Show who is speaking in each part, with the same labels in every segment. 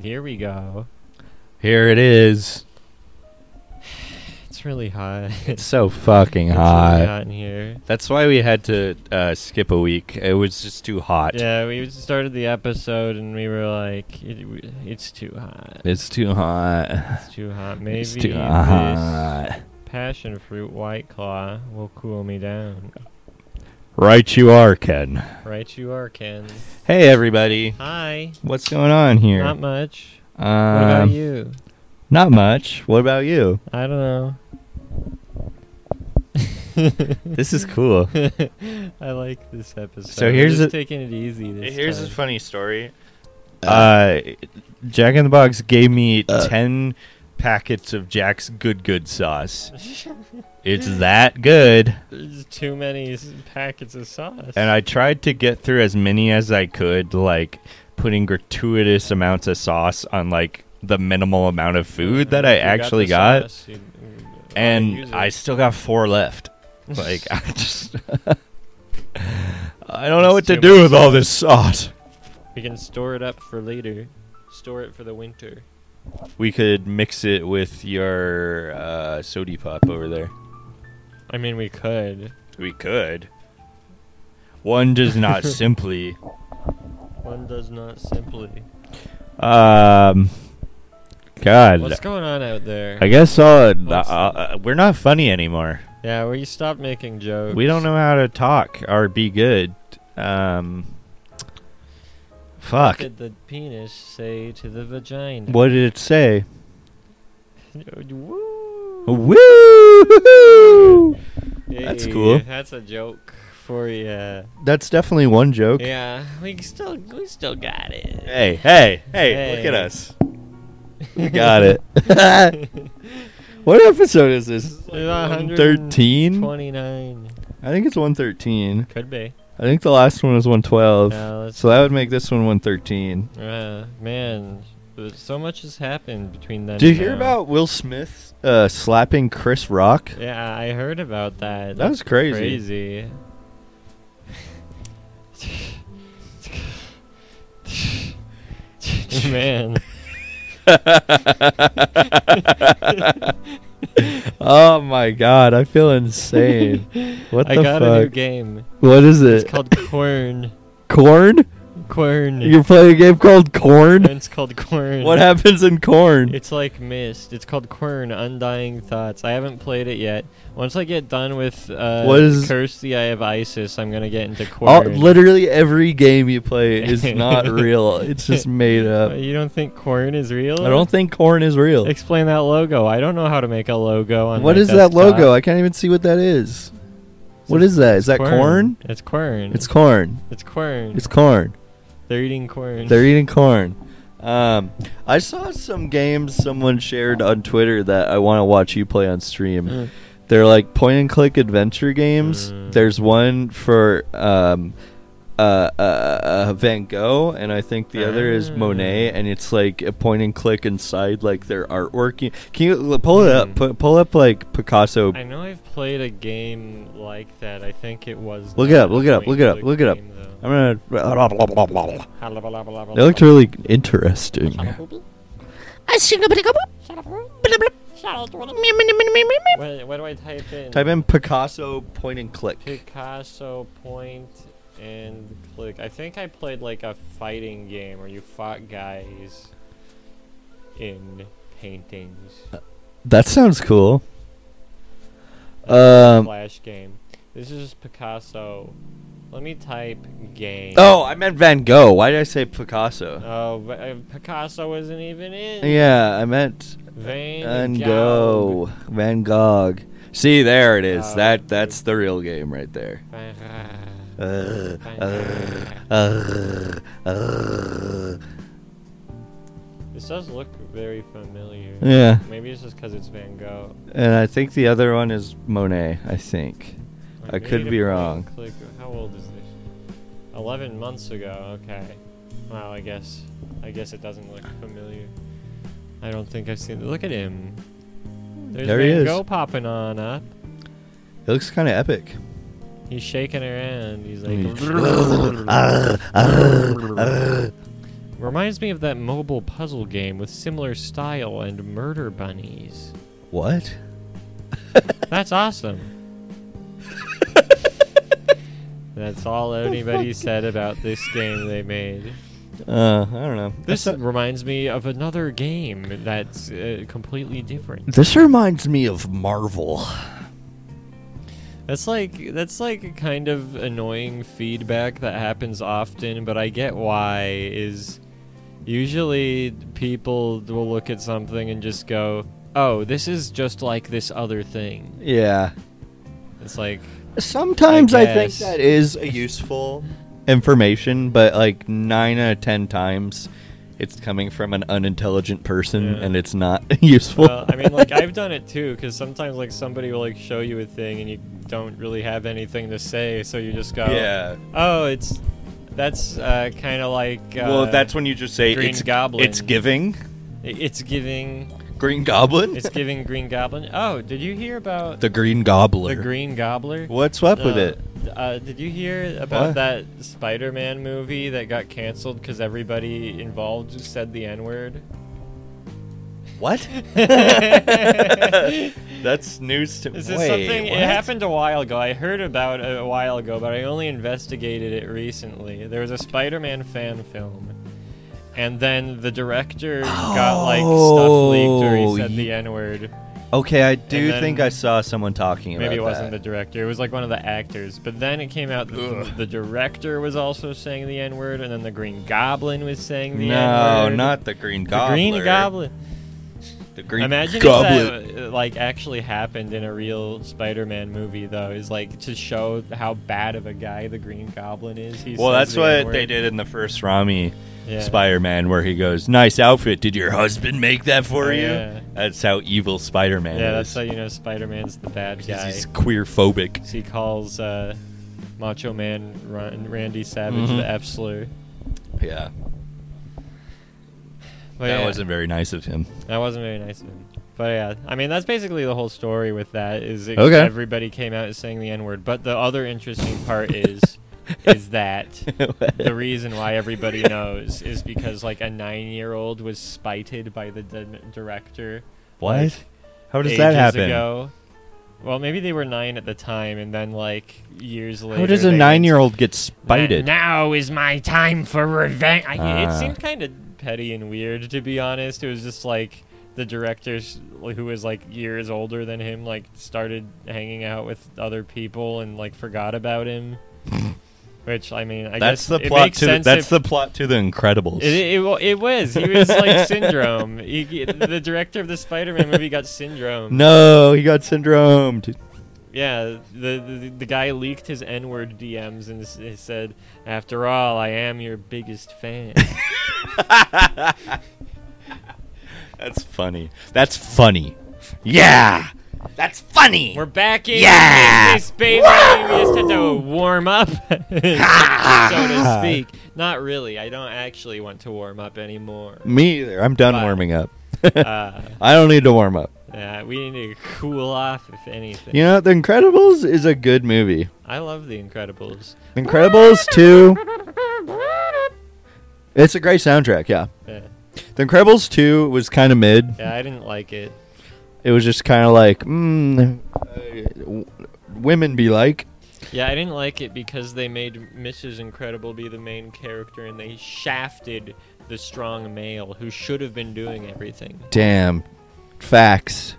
Speaker 1: Here we go.
Speaker 2: Here it is.
Speaker 1: It's really hot.
Speaker 2: It's so fucking
Speaker 1: It's really
Speaker 2: hot.
Speaker 1: hot in here.
Speaker 2: That's why we had to uh, skip a week. It was just too hot.
Speaker 1: Yeah, we started the episode and we were like, it, we- it's too hot.
Speaker 2: It's too hot.
Speaker 1: It's too hot. Maybe
Speaker 2: It's too
Speaker 1: this
Speaker 2: hot.
Speaker 1: passion fruit white claw will cool me down.
Speaker 2: Right you are, Ken.
Speaker 1: Right you are, Ken.
Speaker 2: Hey everybody.
Speaker 1: Hi.
Speaker 2: What's going on here?
Speaker 1: Not much.
Speaker 2: um,
Speaker 1: what about you?
Speaker 2: Not much. What about you?
Speaker 1: I don't know.
Speaker 2: This is cool.
Speaker 1: I like this episode.
Speaker 2: So here's
Speaker 1: Just
Speaker 2: a-
Speaker 1: taking it easy this
Speaker 2: Here's a
Speaker 1: time.
Speaker 2: funny story. Uh, Jack in the Box gave me
Speaker 1: Uh.
Speaker 2: ten packets of Jack's Good Good sauce. it's that good,
Speaker 1: There's too many s- packets of sauce.
Speaker 2: and I tried to get through as many as I could, like putting gratuitous amounts of sauce on like the minimal amount of food that I
Speaker 1: You
Speaker 2: actually
Speaker 1: the
Speaker 2: got,
Speaker 1: sauce, you- you wanna use
Speaker 2: and
Speaker 1: it.
Speaker 2: I still got four left. Like I just, I don't know what
Speaker 1: It's
Speaker 2: to
Speaker 1: too
Speaker 2: do
Speaker 1: much
Speaker 2: with all this sauce.
Speaker 1: we can store it up for later. Store it for the winter.
Speaker 2: We could mix it with your uh, sody pop over there.
Speaker 1: I mean, we could.
Speaker 2: We could. One does not simply.
Speaker 1: One does not simply.
Speaker 2: Um, God,
Speaker 1: What's going on out there?
Speaker 2: I guess all uh,
Speaker 1: What's-
Speaker 2: uh, we're not funny anymore.
Speaker 1: yeah, we stopped making jokes.
Speaker 2: We don't know how to talk or be good. Um,
Speaker 1: What
Speaker 2: fuck.
Speaker 1: did the penis say to the vagina?
Speaker 2: What did it say?
Speaker 1: Woo!
Speaker 2: Woo! That's
Speaker 1: Hey,
Speaker 2: cool.
Speaker 1: That's a joke for you.
Speaker 2: That's definitely one joke.
Speaker 1: Yeah, we still we still got it.
Speaker 2: Hey, hey, hey, Look
Speaker 1: Hey.
Speaker 2: at us. We got it. what episode is this?
Speaker 1: About
Speaker 2: 113?
Speaker 1: 29.
Speaker 2: I think it's 113.
Speaker 1: Could be.
Speaker 2: I think the last one was 112.
Speaker 1: Yeah, let's-
Speaker 2: so that would make this one 113.
Speaker 1: Uh, man, but so much has happened between then.
Speaker 2: Did you
Speaker 1: and
Speaker 2: hear
Speaker 1: now.
Speaker 2: about Will Smith uh, slapping Chris Rock?
Speaker 1: Yeah, I heard about that.
Speaker 2: That was crazy.
Speaker 1: Crazy. man.
Speaker 2: oh my god, I feel insane. What
Speaker 1: I
Speaker 2: the
Speaker 1: got a new
Speaker 2: fuck?
Speaker 1: game.
Speaker 2: What is it?
Speaker 1: It's called Quern.
Speaker 2: Corn?
Speaker 1: Quern.
Speaker 2: You're playing a game called
Speaker 1: And
Speaker 2: Corn?
Speaker 1: It's called Quern.
Speaker 2: What happens in Corn?
Speaker 1: It's like Mist. It's called Quern, Undying Thoughts. I haven't played it yet. Once I get done with uh,
Speaker 2: What is-
Speaker 1: Curse the Eye of Isis, I'm going to get into Quern.
Speaker 2: All, literally every game you play is not real. It's just made up.
Speaker 1: Uh, you don't think Quern is real?
Speaker 2: I don't think corn is real.
Speaker 1: Explain that logo. I don't know how to make a logo on
Speaker 2: What
Speaker 1: my
Speaker 2: is that
Speaker 1: desktop.
Speaker 2: logo? I can't even see what that is. What is that? Is that corn?
Speaker 1: It's Quern.
Speaker 2: It's corn.
Speaker 1: it's Quern.
Speaker 2: It's corn.
Speaker 1: They're eating Quern.
Speaker 2: They're eating corn. Um, I saw some games someone shared on Twitter that I want to watch you play on stream.
Speaker 1: Mm.
Speaker 2: They're like point and click adventure games.
Speaker 1: Mm.
Speaker 2: There's one for um, uh, uh, uh, Van Gogh, and I think the other is Monet,
Speaker 1: Ah.
Speaker 2: and it's like a point and click inside like their artwork. You- Can you l- pull it up?
Speaker 1: Mm.
Speaker 2: Pu- pull up like Picasso.
Speaker 1: I know I've played a game like that. I think it was.
Speaker 2: Look it
Speaker 1: not
Speaker 2: up,
Speaker 1: a
Speaker 2: look it up, look it up,
Speaker 1: point-and-click
Speaker 2: look it up.
Speaker 1: game, though.
Speaker 2: I'm gonna. They
Speaker 1: They
Speaker 2: looked really interesting.
Speaker 3: I sing a bit of
Speaker 1: What, what do I type in?
Speaker 2: Type in Picasso point and click.
Speaker 1: Picasso point and click. I think I played like a fighting game where you fought guys in paintings.
Speaker 2: Uh, That sounds cool.
Speaker 1: That's a
Speaker 2: Um,
Speaker 1: Flash game. This is just Picasso. Let me type game.
Speaker 2: Oh, I meant Van Gogh. Why did I say Picasso?
Speaker 1: Oh, but, uh, Picasso isn't even in.
Speaker 2: Yeah, I meant
Speaker 1: Van
Speaker 2: Van
Speaker 1: Gogh.
Speaker 2: Gogh. Van Gogh. See, there it is.
Speaker 1: Oh,
Speaker 2: That that's the real game right there.
Speaker 1: Van-
Speaker 2: Uh, uh,
Speaker 1: Van-
Speaker 2: uh, uh.
Speaker 1: This does look very familiar.
Speaker 2: Yeah,
Speaker 1: Maybe it's just because it's Van Gogh.
Speaker 2: and I think the other one is Monet. I think. I
Speaker 1: we need
Speaker 2: could
Speaker 1: to
Speaker 2: be
Speaker 1: point
Speaker 2: wrong.
Speaker 1: and Click. How old is this? Eleven months ago. Okay. Wow. I guess. I guess it doesn't look familiar. I don't think I've seen. Look at him. There's
Speaker 2: There
Speaker 1: Van
Speaker 2: he is.
Speaker 1: Gogh popping on up.
Speaker 2: It looks kind of epic.
Speaker 1: He's shaking her hand. He's like.
Speaker 2: Mm.
Speaker 1: Reminds me of that mobile puzzle game with similar style and murder bunnies.
Speaker 2: What?
Speaker 1: That's awesome. That's all anybody said about this game they made.
Speaker 2: Uh, I don't know.
Speaker 1: This
Speaker 2: I saw-
Speaker 1: reminds me of another game that's uh, completely different.
Speaker 2: this reminds me of Marvel.
Speaker 1: That's like that's like kind of annoying feedback that happens often, but I get why is usually people will look at something and just go, "Oh, this is just like this other thing."
Speaker 2: Yeah.
Speaker 1: It's like
Speaker 2: Sometimes
Speaker 1: I
Speaker 2: I, think
Speaker 1: guess.
Speaker 2: that is a useful information, but like nine out of ten times, it's coming from an unintelligent person,
Speaker 1: Yeah.
Speaker 2: and it's not useful.
Speaker 1: Well, I mean, like I've done it too, because sometimes like somebody will like show you a thing and you don't really have anything to say, so you just go,
Speaker 2: yeah.
Speaker 1: oh, it's that's uh, kind of like uh,
Speaker 2: well, that's when you just say
Speaker 1: Green
Speaker 2: it's
Speaker 1: Goblin.
Speaker 2: It's giving
Speaker 1: i- it's giving
Speaker 2: Green Goblin.
Speaker 1: it's giving Green Goblin. Oh, did you hear about the,
Speaker 2: the Green Goblin.
Speaker 1: Green Gobbler?
Speaker 2: What's up with
Speaker 1: Uh,
Speaker 2: it?
Speaker 1: Uh, did you hear about
Speaker 2: What?
Speaker 1: that Spider-Man movie that got canceled because everybody involved just said the N-word?
Speaker 2: What? That's news to me.
Speaker 1: Is this something? It happened a while ago. I heard about it a while ago, but I only investigated it recently. There was a Spider-Man fan film, and then the director got like stuff leaked, or
Speaker 2: Oh,
Speaker 1: he said
Speaker 2: ye-
Speaker 1: the N-word.
Speaker 2: Okay, I
Speaker 1: And
Speaker 2: do
Speaker 1: then-
Speaker 2: think I saw someone talking about
Speaker 1: Maybe it wasn't the
Speaker 2: that.
Speaker 1: director. It was like one of the actors. But then it came out that the director was also saying the N-word, and then the Green Goblin was saying the
Speaker 2: no,
Speaker 1: N-word.
Speaker 2: not the Green
Speaker 1: the
Speaker 2: Goblin.
Speaker 1: Green Goblin.
Speaker 2: The Green
Speaker 1: Imagine
Speaker 2: Goblin.
Speaker 1: if that uh, like actually happened in a real Spider-Man movie, though, is like to show how bad of a guy the Green Goblin is. He
Speaker 2: well,
Speaker 1: says
Speaker 2: that's
Speaker 1: the
Speaker 2: what
Speaker 1: N-word.
Speaker 2: they did in the first Rami
Speaker 1: Yeah.
Speaker 2: Spider-Man, where he goes, "Nice outfit. Did your husband make that for
Speaker 1: Yeah.
Speaker 2: you?" That's how evil Spider-Man
Speaker 1: Yeah,
Speaker 2: is.
Speaker 1: that's how you know Spider-Man's the bad guy.
Speaker 2: He's queer phobic.
Speaker 1: 'Cause He calls uh, Macho Man Ran- Randy Savage
Speaker 2: Mhm.
Speaker 1: the F slur.
Speaker 2: Yeah,
Speaker 1: But
Speaker 2: that
Speaker 1: Oh, yeah,
Speaker 2: wasn't very nice of him.
Speaker 1: that wasn't very nice of him. But yeah, I mean that's basically the whole story with that. Is it,
Speaker 2: Okay.
Speaker 1: everybody came out as saying the N word, but the other interesting part is is that. the reason why everybody knows is because like a nine-year-old was spited by the d- director.
Speaker 2: What?
Speaker 1: like,
Speaker 2: how does
Speaker 1: ages
Speaker 2: that happen?
Speaker 1: Ago. Well, maybe they were nine at the time, and then like years later.
Speaker 2: How does
Speaker 1: they
Speaker 2: a
Speaker 1: went,
Speaker 2: nine-year-old get
Speaker 1: "Na-
Speaker 2: spited?
Speaker 1: Now is my time for revenge. I,
Speaker 2: Ah.
Speaker 1: It seemed kind of petty and weird, to be honest. It was just like the director, s- who was like years older than him, like started hanging out with other people and like forgot about him. Which I mean, I
Speaker 2: that's
Speaker 1: guess
Speaker 2: the
Speaker 1: it
Speaker 2: plot
Speaker 1: makes
Speaker 2: to
Speaker 1: sense
Speaker 2: that's
Speaker 1: if-
Speaker 2: the plot to the Incredibles.
Speaker 1: it, it, wa- it was. He was like syndrome. He, he- the director of the Spider-Man movie got syndrome.
Speaker 2: No, he got syndromed.
Speaker 1: Yeah, the, the the guy leaked his N-word DMs and s- he said, "After all, I am your biggest fan."
Speaker 2: That's funny. That's funny. Yeah, that's funny.
Speaker 1: We're back in
Speaker 2: Yeah!
Speaker 1: this baby. We just had to warm up, so to speak. Not really. I don't actually want to warm up anymore.
Speaker 2: Me either. I'm done
Speaker 1: Bye.
Speaker 2: warming up.
Speaker 1: Uh,
Speaker 2: I don't need to warm up.
Speaker 1: yeah, Uh, we need to cool off, if anything.
Speaker 2: You know, The Incredibles is a good movie.
Speaker 1: I love The Incredibles.
Speaker 2: The Incredibles 2. It's a great soundtrack, yeah.
Speaker 1: Yeah,
Speaker 2: The Incredibles 2 was kind of mid.
Speaker 1: Uh, yeah I didn't like it.
Speaker 2: It was just kind of like, mm, uh, w- women be like.
Speaker 1: Yeah, I didn't like it because they made Mrs. Incredible be the main character and they shafted the strong male who should have been doing everything.
Speaker 2: Damn. Facts.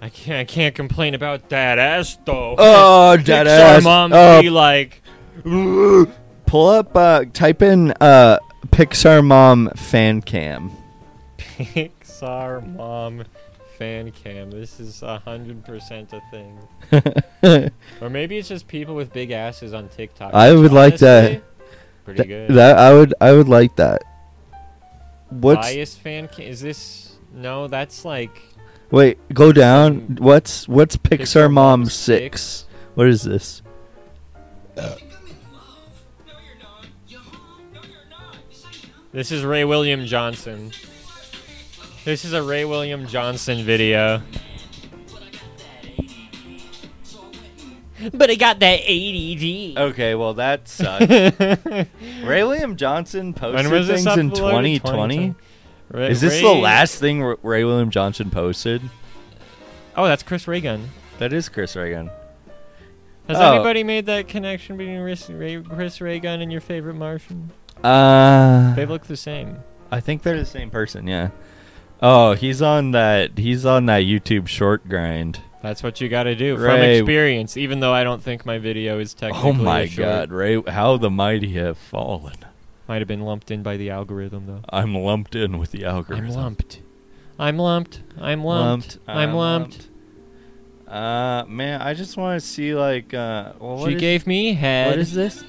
Speaker 1: I can't, I can't complain about that ass though.
Speaker 2: Oh, dead ass.
Speaker 1: mom
Speaker 2: Oh,
Speaker 1: be like,
Speaker 2: pull up, uh, type in uh, Pixar Mom fan cam.
Speaker 1: Pixar mom fan cam. This is a hundred percent a thing. Or maybe it's just people with big asses on TikTok.
Speaker 2: I
Speaker 1: which
Speaker 2: would like that.
Speaker 1: honestly, Pretty
Speaker 2: Th-
Speaker 1: good.
Speaker 2: That I would I would like that. What's
Speaker 1: Bias fan cam. Is this? No, that's like
Speaker 2: wait? Go down. What's what's Hmm. Pixar,
Speaker 1: Pixar
Speaker 2: Mom
Speaker 1: Mom
Speaker 2: six?
Speaker 1: Six.
Speaker 2: What is this?
Speaker 1: This is Ray William Johnson. This is a Ray William Johnson video. But I got that ADD.
Speaker 2: Okay, well that sucks.
Speaker 1: when
Speaker 2: Ray William Johnson posted things in
Speaker 1: uploaded?
Speaker 2: 2020.
Speaker 1: 2020. Ra-
Speaker 2: Is this the
Speaker 1: Ray-
Speaker 2: last thing R- Ray William Johnson posted?
Speaker 1: Oh, that's Chris Reagan.
Speaker 2: That is Chris Reagan.
Speaker 1: Has
Speaker 2: Oh.
Speaker 1: anybody made that connection between Chris, Ray, Chris Reagan and your favorite Martian?
Speaker 2: Uh,
Speaker 1: They look the same.
Speaker 2: I think they're the same person. Yeah. Oh, he's on that. He's on that YouTube short grind.
Speaker 1: That's what you got to do from
Speaker 2: Ray-
Speaker 1: experience. Even though I don't think my video is technically.
Speaker 2: Oh my
Speaker 1: a short.
Speaker 2: God, Ray! How the mighty have fallen.
Speaker 1: Might have been lumped in by the algorithm though.
Speaker 2: I'm lumped in with the algorithm.
Speaker 1: I'm lumped. I'm lumped. I'm lumped. I'm lumped.
Speaker 2: Uh, man, I just want to see like. Uh, well, what
Speaker 1: She
Speaker 2: is-
Speaker 1: gave me head.
Speaker 2: What is this?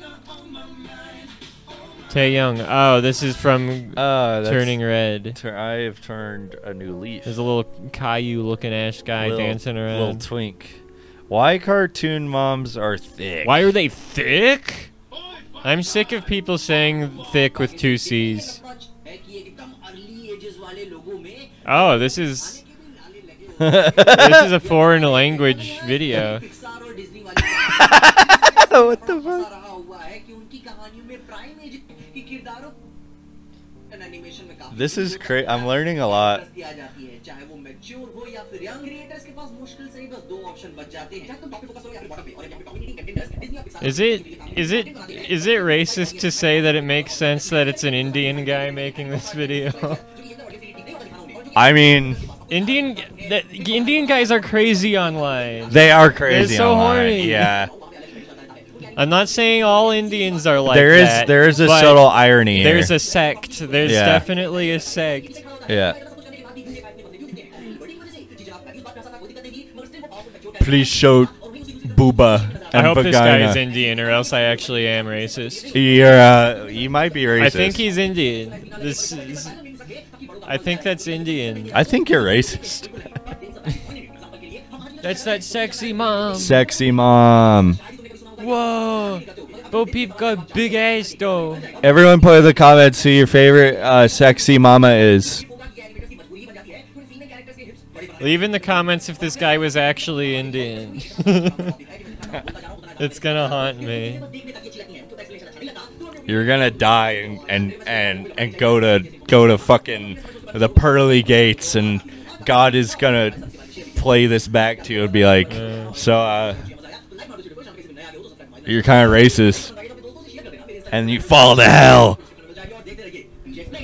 Speaker 1: Tae Young. Oh, this is from
Speaker 2: Uh, that's,
Speaker 1: Turning Red.
Speaker 2: Tur- I have turned a new leaf.
Speaker 1: There's a little Caillou looking ash guy
Speaker 2: Little-
Speaker 1: dancing
Speaker 2: Little
Speaker 1: around.
Speaker 2: twink. Why cartoon moms are thick?
Speaker 1: Why are they thick? I'm sick of people saying thick with two C's. Oh, this is this is a foreign language video.
Speaker 2: what the fuck?
Speaker 4: fuck?
Speaker 2: This is cra- I'm learning a lot.
Speaker 1: Is it is it is it racist to say that it makes sense that it's an Indian guy making this video?
Speaker 2: I mean,
Speaker 1: Indian that, Indian guys are crazy online.
Speaker 2: they are crazy.
Speaker 1: so
Speaker 2: online.
Speaker 1: horny.
Speaker 2: Yeah.
Speaker 1: I'm not saying all Indians are like
Speaker 2: there is
Speaker 1: that,
Speaker 2: there is a
Speaker 1: but
Speaker 2: subtle irony. here.
Speaker 1: There's a sect. There's
Speaker 2: Yeah.
Speaker 1: definitely a sect.
Speaker 2: Yeah. Please show booba
Speaker 1: I
Speaker 2: and
Speaker 1: hope this guy is
Speaker 2: vagina.
Speaker 1: Indian, or else I actually am racist.
Speaker 2: You're, uh, you might be racist.
Speaker 1: I think he's Indian. This is, I think that's Indian.
Speaker 2: I think you're racist.
Speaker 1: That's that sexy mom.
Speaker 2: Sexy mom.
Speaker 1: Whoa, Bo Peep got big ass though.
Speaker 2: Everyone, put in the comments who your favorite uh, sexy mama is.
Speaker 1: Leave in the comments if this guy was actually Indian. it's gonna haunt me.
Speaker 2: You're gonna die and and and, and go to go to fucking the pearly gates, and God is gonna play this back to you and be like, so uh, you're kind of racist, and you fall to hell.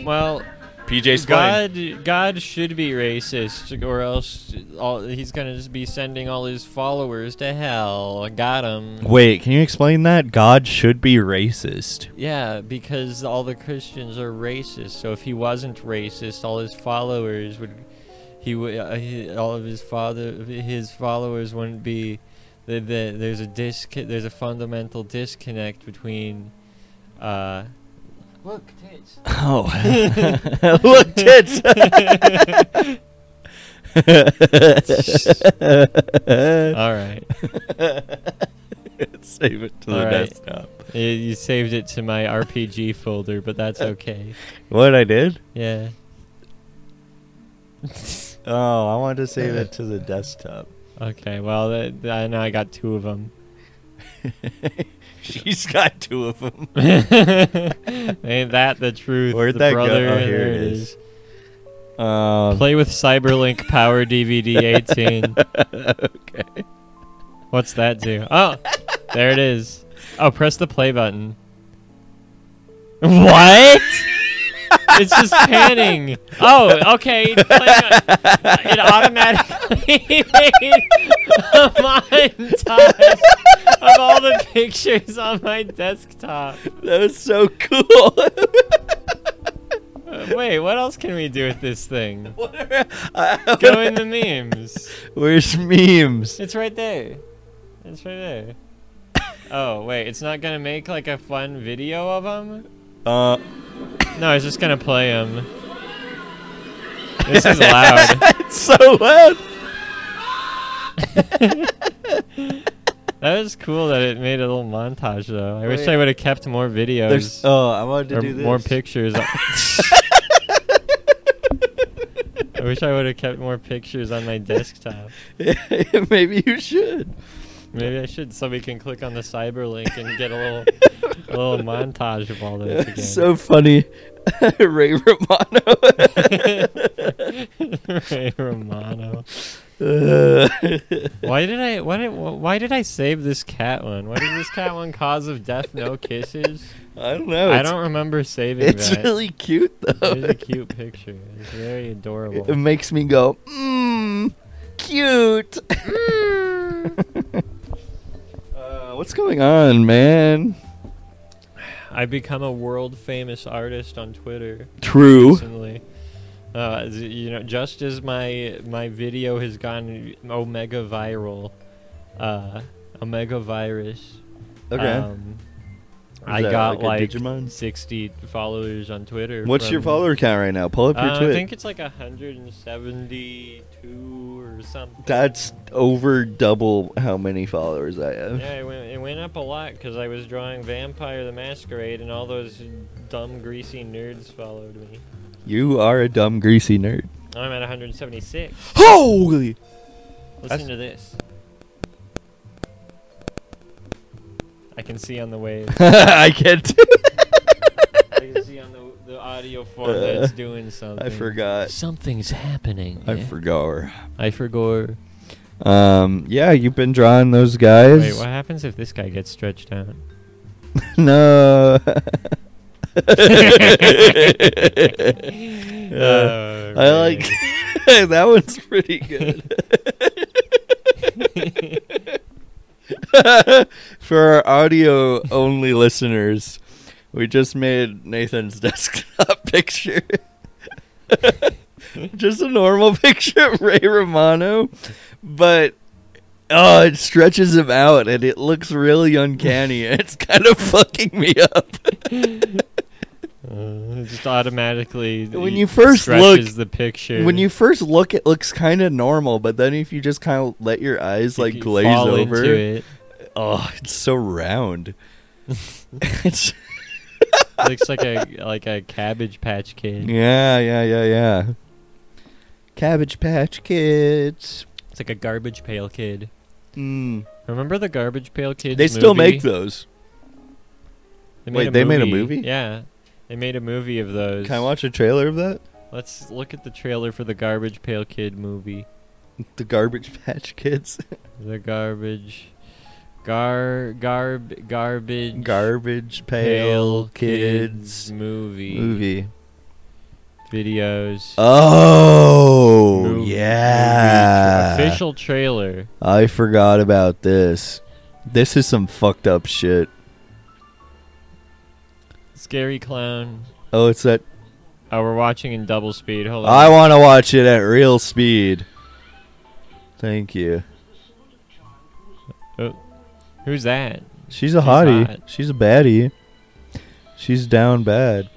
Speaker 1: Well,
Speaker 2: PJ Spine.
Speaker 1: God, God should be racist, or else all, he's gonna just be sending all his followers to hell. I Got him.
Speaker 2: Wait, can you explain that? God should be racist.
Speaker 1: Yeah, because all the Christians are racist. So if he wasn't racist, all his followers would, he would, uh, he, all of his father, his followers wouldn't be. The, the, there's a disc, there's a fundamental disconnect between. Uh, Look, tits.
Speaker 2: Oh, look, tits.
Speaker 1: All right.
Speaker 2: Save it to the
Speaker 1: All right.
Speaker 2: desktop.
Speaker 1: You, you saved it to my RPG folder, but that's okay.
Speaker 2: What I did?
Speaker 1: Yeah.
Speaker 2: Oh, I wanted to save it to the desktop.
Speaker 1: Okay. Well, that, I know I got two of them.
Speaker 2: She's got two of them.
Speaker 1: Ain't that the truth?
Speaker 2: Where'd
Speaker 1: the
Speaker 2: that go?
Speaker 1: brother,
Speaker 2: Oh,
Speaker 1: and
Speaker 2: here
Speaker 1: there
Speaker 2: it is. Um,
Speaker 1: Play with Cyberlink Power DVD 18.
Speaker 2: okay.
Speaker 1: What's that do? Oh, there it is. Oh, press the play button. What? it's just panning. Oh, okay. It's playing on- it automatically made a montage of all the pictures on my desktop.
Speaker 2: That was so cool.
Speaker 1: Uh, wait, what else can we do with this thing?
Speaker 2: What are- I-
Speaker 1: Go in the memes.
Speaker 2: Where's memes?
Speaker 1: It's right there. It's right there. Oh, wait, it's not gonna make like a fun video of them?
Speaker 2: Uh,
Speaker 1: No, it's just gonna play them. This is loud.
Speaker 2: it's so loud.
Speaker 1: That was cool that it made a little montage though. I wish I would have kept more videos
Speaker 2: There's, oh, I wanted to
Speaker 1: or
Speaker 2: do this.
Speaker 1: more pictures. I wish I would have kept more pictures on my desktop.
Speaker 2: Maybe you should.
Speaker 1: Maybe I should. Somebody can click on the cyber link and get a little, a little montage of all this again.
Speaker 2: so funny. Ray Romano.
Speaker 1: Ray Romano.
Speaker 2: Uh,
Speaker 1: Why did I? Why did? Why did I save this cat one? Why did this cat one cause of death no kisses?
Speaker 2: I don't know.
Speaker 1: I
Speaker 2: Oh, it's-
Speaker 1: don't remember saving
Speaker 2: It's
Speaker 1: that.
Speaker 2: really cute though.
Speaker 1: It is a cute picture. It's very
Speaker 2: It
Speaker 1: adorable.
Speaker 2: makes me go, mmm, cute. Mm. uh, what's going on, man?
Speaker 1: I've become a world famous artist on Twitter
Speaker 2: True.
Speaker 1: recently. Uh, z- you know, just as my my video has gone omega viral, uh, omega virus.
Speaker 2: Okay.
Speaker 1: Um, I
Speaker 2: that
Speaker 1: got
Speaker 2: like a
Speaker 1: like,
Speaker 2: Digimon?
Speaker 1: sixty followers on Twitter.
Speaker 2: what's your
Speaker 1: from-
Speaker 2: follower count right now? Pull up your
Speaker 1: Uh, I
Speaker 2: Twitter.
Speaker 1: think it's like hundred and seventy-two or something.
Speaker 2: That's over double how many followers I have.
Speaker 1: Yeah, it went, it went up a lot because I was drawing Vampire the Masquerade, and all those dumb, greasy nerds followed me.
Speaker 2: You are a dumb, greasy nerd.
Speaker 1: I'm at 176.
Speaker 2: Holy!
Speaker 1: Listen
Speaker 2: That's-
Speaker 1: to this. I can see on the wave.
Speaker 2: I can't.
Speaker 1: I can see on the, the audio form that it's doing something.
Speaker 2: Uh, I forgot.
Speaker 1: Something's happening.
Speaker 2: I forgot.
Speaker 1: I forgot.
Speaker 2: Um, yeah, you've been drawing those guys.
Speaker 1: Wait, what happens if this guy gets stretched out?
Speaker 2: no. Uh,
Speaker 1: Oh,
Speaker 2: I
Speaker 1: man.
Speaker 2: like that one's pretty good. For our audio only listeners, we just made Nathan's desktop picture. just a normal picture of Ray Romano, but oh, it stretches him out and it looks really uncanny. and It's kind of fucking me up.
Speaker 1: Uh, it just automatically.
Speaker 2: When
Speaker 1: y-
Speaker 2: you first
Speaker 1: stretches
Speaker 2: look-
Speaker 1: the picture.
Speaker 2: When you first look, it looks kind of normal, but then if you just kind of let your eyes
Speaker 1: you
Speaker 2: like
Speaker 1: can
Speaker 2: glaze
Speaker 1: fall
Speaker 2: over,
Speaker 1: into it,
Speaker 2: oh, it's so round. it's
Speaker 1: looks like a like a Cabbage Patch Kid.
Speaker 2: yeah, yeah, yeah, yeah. Cabbage Patch Kids.
Speaker 1: It's like a garbage pail kid.
Speaker 2: Mm.
Speaker 1: Remember the garbage pail kids?
Speaker 2: They still
Speaker 1: movie?
Speaker 2: make those.
Speaker 1: They
Speaker 2: wait, they made a movie?
Speaker 1: Yeah, they made a movie of those.
Speaker 2: Can I watch a trailer of that?
Speaker 1: Let's look at the trailer for the garbage pail kid movie.
Speaker 2: The Garbage Patch Kids.
Speaker 1: The garbage, gar garb garbage
Speaker 2: Garbage
Speaker 1: pail
Speaker 2: Pail Kids
Speaker 1: movie
Speaker 2: movie.
Speaker 1: videos.
Speaker 2: Oh,
Speaker 1: Movie- movie
Speaker 2: yeah.
Speaker 1: tra- official trailer.
Speaker 2: I forgot about this. This is some fucked up shit.
Speaker 1: Scary clown.
Speaker 2: Oh, it's that.
Speaker 1: Oh, we're watching in double speed. Hold on.
Speaker 2: I want to watch it at real speed. Thank you.
Speaker 1: Who's that?
Speaker 2: She's a
Speaker 1: She's
Speaker 2: hottie.
Speaker 1: hot.
Speaker 2: She's a baddie. She's down bad.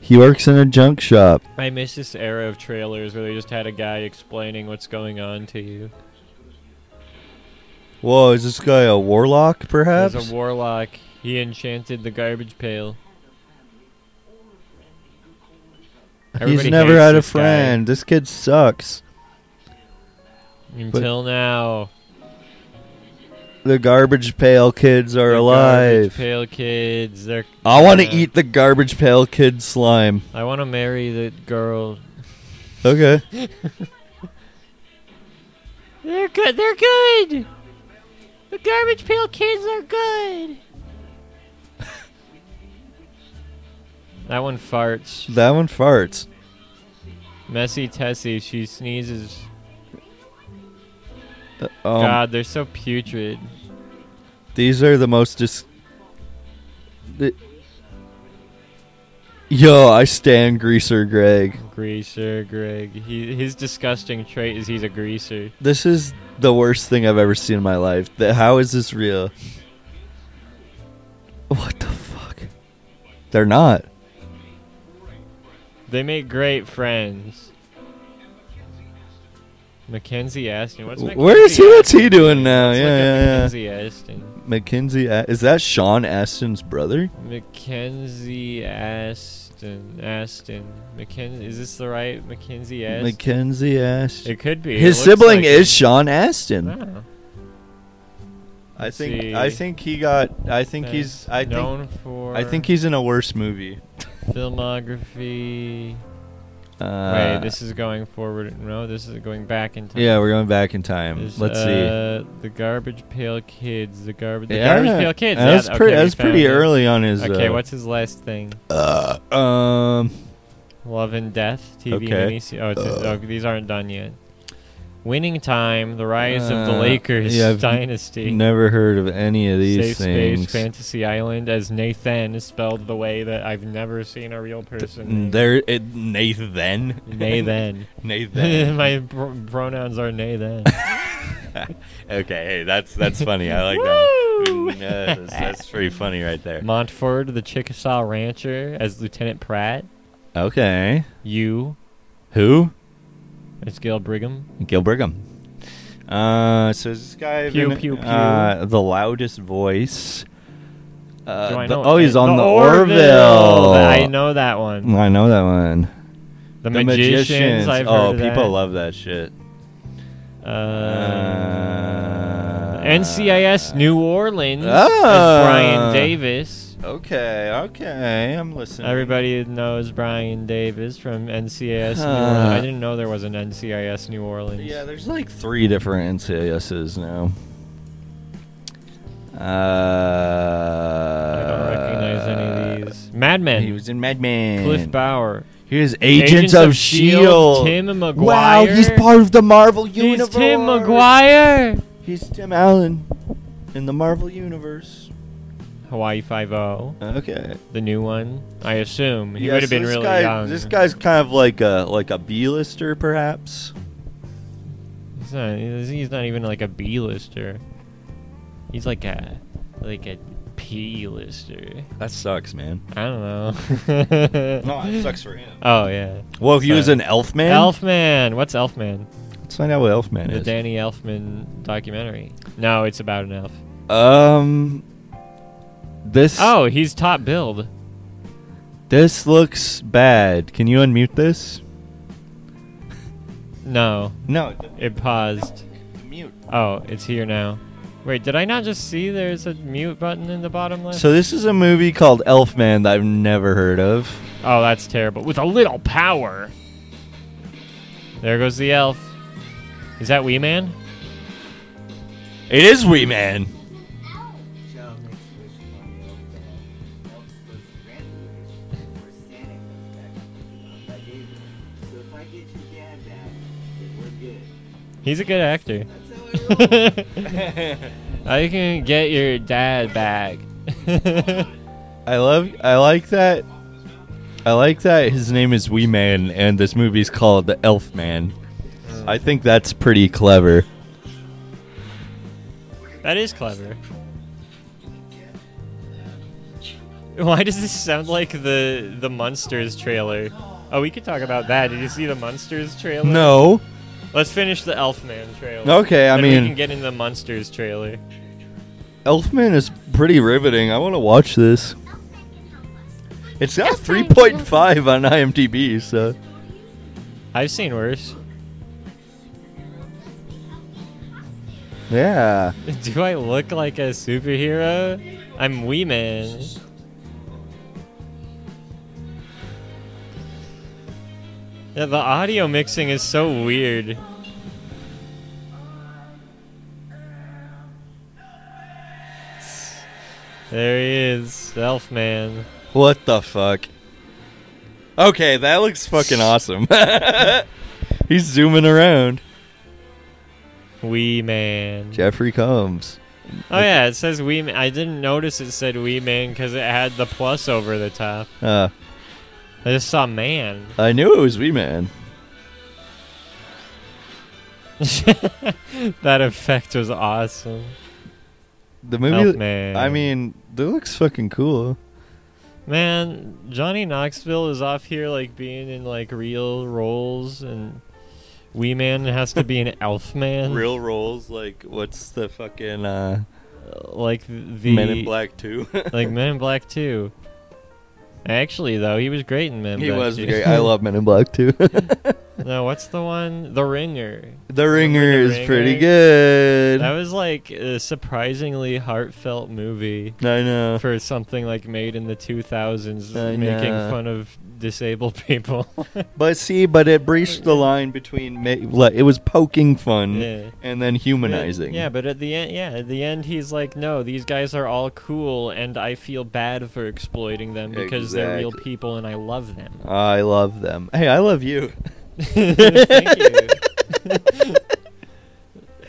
Speaker 2: He works in a junk shop.
Speaker 1: I miss this era of trailers where they just had a guy explaining what's going on to you.
Speaker 2: Whoa, is this guy a warlock, perhaps?
Speaker 1: There's a warlock. He enchanted the garbage pail.
Speaker 2: He's
Speaker 1: Everybody
Speaker 2: never
Speaker 1: hates
Speaker 2: had a
Speaker 1: this guy
Speaker 2: friend. This kid sucks.
Speaker 1: until now.
Speaker 2: The garbage pail kids are
Speaker 1: The Garbage
Speaker 2: alive.
Speaker 1: pail kids. They're.
Speaker 2: I want to
Speaker 1: uh,
Speaker 2: eat the garbage pail kid slime.
Speaker 1: I want to marry the girl.
Speaker 2: Okay.
Speaker 1: They're good. They're good. The garbage pail kids are good. that one farts.
Speaker 2: That one farts.
Speaker 1: Messy Tessie, she sneezes.
Speaker 2: Um,
Speaker 1: God, they're so putrid.
Speaker 2: These are the most dis. The- Yo, I stand Greaser Greg.
Speaker 1: Greaser, Greg. He, his disgusting trait is he's a greaser.
Speaker 2: This is the worst thing I've ever seen in my life. The- how is this real? What the fuck? They're not.
Speaker 1: They make great friends. Mackenzie Aston. What's Mackenzie
Speaker 2: Where is he? What's he doing now?
Speaker 1: Let's
Speaker 2: Yeah,
Speaker 1: look up
Speaker 2: yeah, Oh, yeah.
Speaker 1: Mackenzie Aston.
Speaker 2: Mackenzie, A- is that Sean Aston's brother?
Speaker 1: Mackenzie Aston. Aston. Mackenzie. Is this the right Mackenzie Aston?
Speaker 2: Mackenzie Aston.
Speaker 1: it could be.
Speaker 2: His
Speaker 1: It looks
Speaker 2: sibling
Speaker 1: like
Speaker 2: is
Speaker 1: it.
Speaker 2: Sean Aston.
Speaker 1: Ah,
Speaker 2: I
Speaker 1: Let's
Speaker 2: think.
Speaker 1: see.
Speaker 2: I think he got. I think
Speaker 1: okay.
Speaker 2: he's. I think.
Speaker 1: known for.
Speaker 2: I think he's in a worse movie.
Speaker 1: filmography.
Speaker 2: Uh,
Speaker 1: Wait, this is going forward. No, this is going back in time.
Speaker 2: Yeah, we're going back in time.
Speaker 1: Is,
Speaker 2: Let's see.
Speaker 1: uh, The Garbage Pail Kids. The Garbage. The
Speaker 2: Yeah,
Speaker 1: Garbage Pail Kids.
Speaker 2: That's
Speaker 1: yeah,
Speaker 2: pretty.
Speaker 1: okay, we
Speaker 2: that's
Speaker 1: found
Speaker 2: pretty
Speaker 1: it.
Speaker 2: early on his.
Speaker 1: Okay,
Speaker 2: uh,
Speaker 1: what's his last thing?
Speaker 2: Um.
Speaker 1: Love and Death TV
Speaker 2: Okay. Uh.
Speaker 1: miniseries. Oh, it's oh, these aren't done yet. Winning Time, The Rise of the
Speaker 2: Uh,
Speaker 1: Lakers
Speaker 2: yeah, I've
Speaker 1: Dynasty.
Speaker 2: Never heard of any of these
Speaker 1: Safe Space,
Speaker 2: things.
Speaker 1: Fantasy Island, as Nathan is spelled the way that I've never seen a real
Speaker 2: Mm,
Speaker 1: person. name.
Speaker 4: There, it, Nathan.
Speaker 1: Nathan.
Speaker 4: Nathan.
Speaker 1: My pr- pronouns are Nathan.
Speaker 4: okay, hey, that's that's funny. I like that. Mm, yeah, that's, that's pretty funny right there.
Speaker 1: Montford, the Chickasaw Rancher, as Lieutenant Pratt.
Speaker 2: Okay.
Speaker 1: You,
Speaker 2: Who?
Speaker 1: as Gail Brigham.
Speaker 2: Gil Brigham. Uh, so is this guy
Speaker 1: Pew,
Speaker 2: been-
Speaker 1: pew, pew.
Speaker 2: Uh, the loudest voice? Uh,
Speaker 1: Do I
Speaker 2: the-
Speaker 1: know
Speaker 2: oh,
Speaker 1: it?
Speaker 2: he's on the, Orville. Mm,
Speaker 1: Orville. I know that one.
Speaker 2: I know that one.
Speaker 1: The, Magicians. I've
Speaker 2: oh,
Speaker 1: heard of
Speaker 2: people
Speaker 1: that.
Speaker 2: love that shit.
Speaker 1: Uh,
Speaker 2: Uh,
Speaker 1: NCIS New Orleans
Speaker 2: Ah.
Speaker 1: as Brian Davis.
Speaker 2: Okay, okay, I'm listening.
Speaker 1: Everybody knows Brian Davis from NCIS New
Speaker 2: Huh.
Speaker 1: Orleans. I didn't know there was an NCIS New Orleans.
Speaker 2: Yeah, there's like three different NCISs now. Uh,
Speaker 1: I don't recognize any of these. Mad
Speaker 2: He
Speaker 1: Men.
Speaker 2: was in Mad Men.
Speaker 1: Cliff Bauer.
Speaker 2: Here's Agents,
Speaker 1: Agents
Speaker 2: of,
Speaker 1: of S.H.I.E.L.D.,
Speaker 2: Shield.
Speaker 1: E Tim
Speaker 2: E Wow,
Speaker 1: McGuire.
Speaker 2: he's part of the Marvel
Speaker 1: He's
Speaker 2: universe.
Speaker 1: Tim McGuire.
Speaker 2: He's Tim Allen in the Marvel universe.
Speaker 1: Hawaii Five O,
Speaker 2: Okay.
Speaker 1: the new one. I assume he
Speaker 2: Yeah,
Speaker 1: would have
Speaker 2: so
Speaker 1: been
Speaker 2: this
Speaker 1: really
Speaker 2: guy-
Speaker 1: young.
Speaker 2: This guy's kind of like a like a B-lister, perhaps.
Speaker 1: He's not. He's he's not even like a B-lister. He's like a like a P-lister.
Speaker 2: That sucks, man.
Speaker 1: I don't know.
Speaker 2: for him.
Speaker 1: Oh yeah.
Speaker 2: Well, he was
Speaker 1: Sorry.
Speaker 2: an Elfman.
Speaker 1: Elfman. What's Elfman?
Speaker 2: Let's find out what Elfman
Speaker 1: The
Speaker 2: is.
Speaker 1: Danny Elfman documentary. No, it's about an elf.
Speaker 2: um, this.
Speaker 1: Oh, he's top billed.
Speaker 2: this looks bad. Can you unmute this?
Speaker 1: No,
Speaker 2: No,
Speaker 1: it paused.
Speaker 2: mute.
Speaker 1: Oh, it's here now. Wait, did I not just see there's a mute button in the bottom left?
Speaker 2: So this is a movie called Elfman that I've never heard of.
Speaker 1: Oh, that's terrible. With a little power. There goes the elf. Is that Wee Man?
Speaker 4: It is Wee Man.
Speaker 1: He's a good actor. I can get your dad back.
Speaker 2: I love. I like that. I like that his name is Wee Man, and this movie's called The Elf Man. I think that's pretty clever.
Speaker 1: that is clever. Why does this sound like the the Munsters trailer? Oh, we could talk about that. Did you see the Munsters trailer?
Speaker 2: No,
Speaker 1: Let's finish the Elfman trailer.
Speaker 2: okay. I
Speaker 1: Then we can
Speaker 2: mean,
Speaker 1: get into the Munsters trailer.
Speaker 2: Elfman is pretty riveting. I want to watch this. It's got
Speaker 3: Elfman
Speaker 2: three
Speaker 3: can
Speaker 2: point five on IMDb, so
Speaker 1: I've seen worse.
Speaker 2: yeah.
Speaker 1: Do I look like a superhero? I'm Wee Man. Yeah, the audio mixing is so weird. There he is, Elf Man.
Speaker 2: What the fuck? Okay, that looks fucking awesome. He's zooming around.
Speaker 1: Wee Man.
Speaker 2: Jeffrey comes.
Speaker 1: Oh yeah, it says Wee Man. I didn't notice it said Wee Man because it had the plus over the top.
Speaker 2: Uh,
Speaker 1: I just saw Man.
Speaker 2: I knew it was Wee Man.
Speaker 1: that effect was awesome.
Speaker 2: The
Speaker 1: Elf
Speaker 2: movie.
Speaker 1: Man.
Speaker 2: I mean, that looks fucking cool.
Speaker 1: man, Johnny Knoxville is off here like being in like real roles and Wee Man has to be an elf man.
Speaker 2: Real roles like what's the fucking uh,
Speaker 1: Like the
Speaker 2: Men in Black Two?
Speaker 1: Like Men in Black Two. Actually, though, he was great in Men. in
Speaker 2: he
Speaker 1: Black
Speaker 2: was
Speaker 1: 2.
Speaker 2: great. I love Men in Black Two.
Speaker 1: no, what's the one? The Ringer.
Speaker 2: the Ringer
Speaker 1: The
Speaker 2: is pretty
Speaker 1: Ringer.
Speaker 2: good.
Speaker 1: That was like a surprisingly heartfelt movie
Speaker 2: I know.
Speaker 1: for something like made in the 2000s,
Speaker 2: I
Speaker 1: making
Speaker 2: know.
Speaker 1: fun of disabled people.
Speaker 2: But see, but it breached the line between ma- like, it was poking fun
Speaker 1: Yeah.
Speaker 2: and then humanizing.
Speaker 1: Yeah, but at the end, yeah, at the end, he's like, "No, these guys are all cool, and I feel bad for exploiting them because they're real
Speaker 2: Exactly.
Speaker 1: people, and I love them."
Speaker 2: I love them. Hey, I love you.
Speaker 1: Thank you.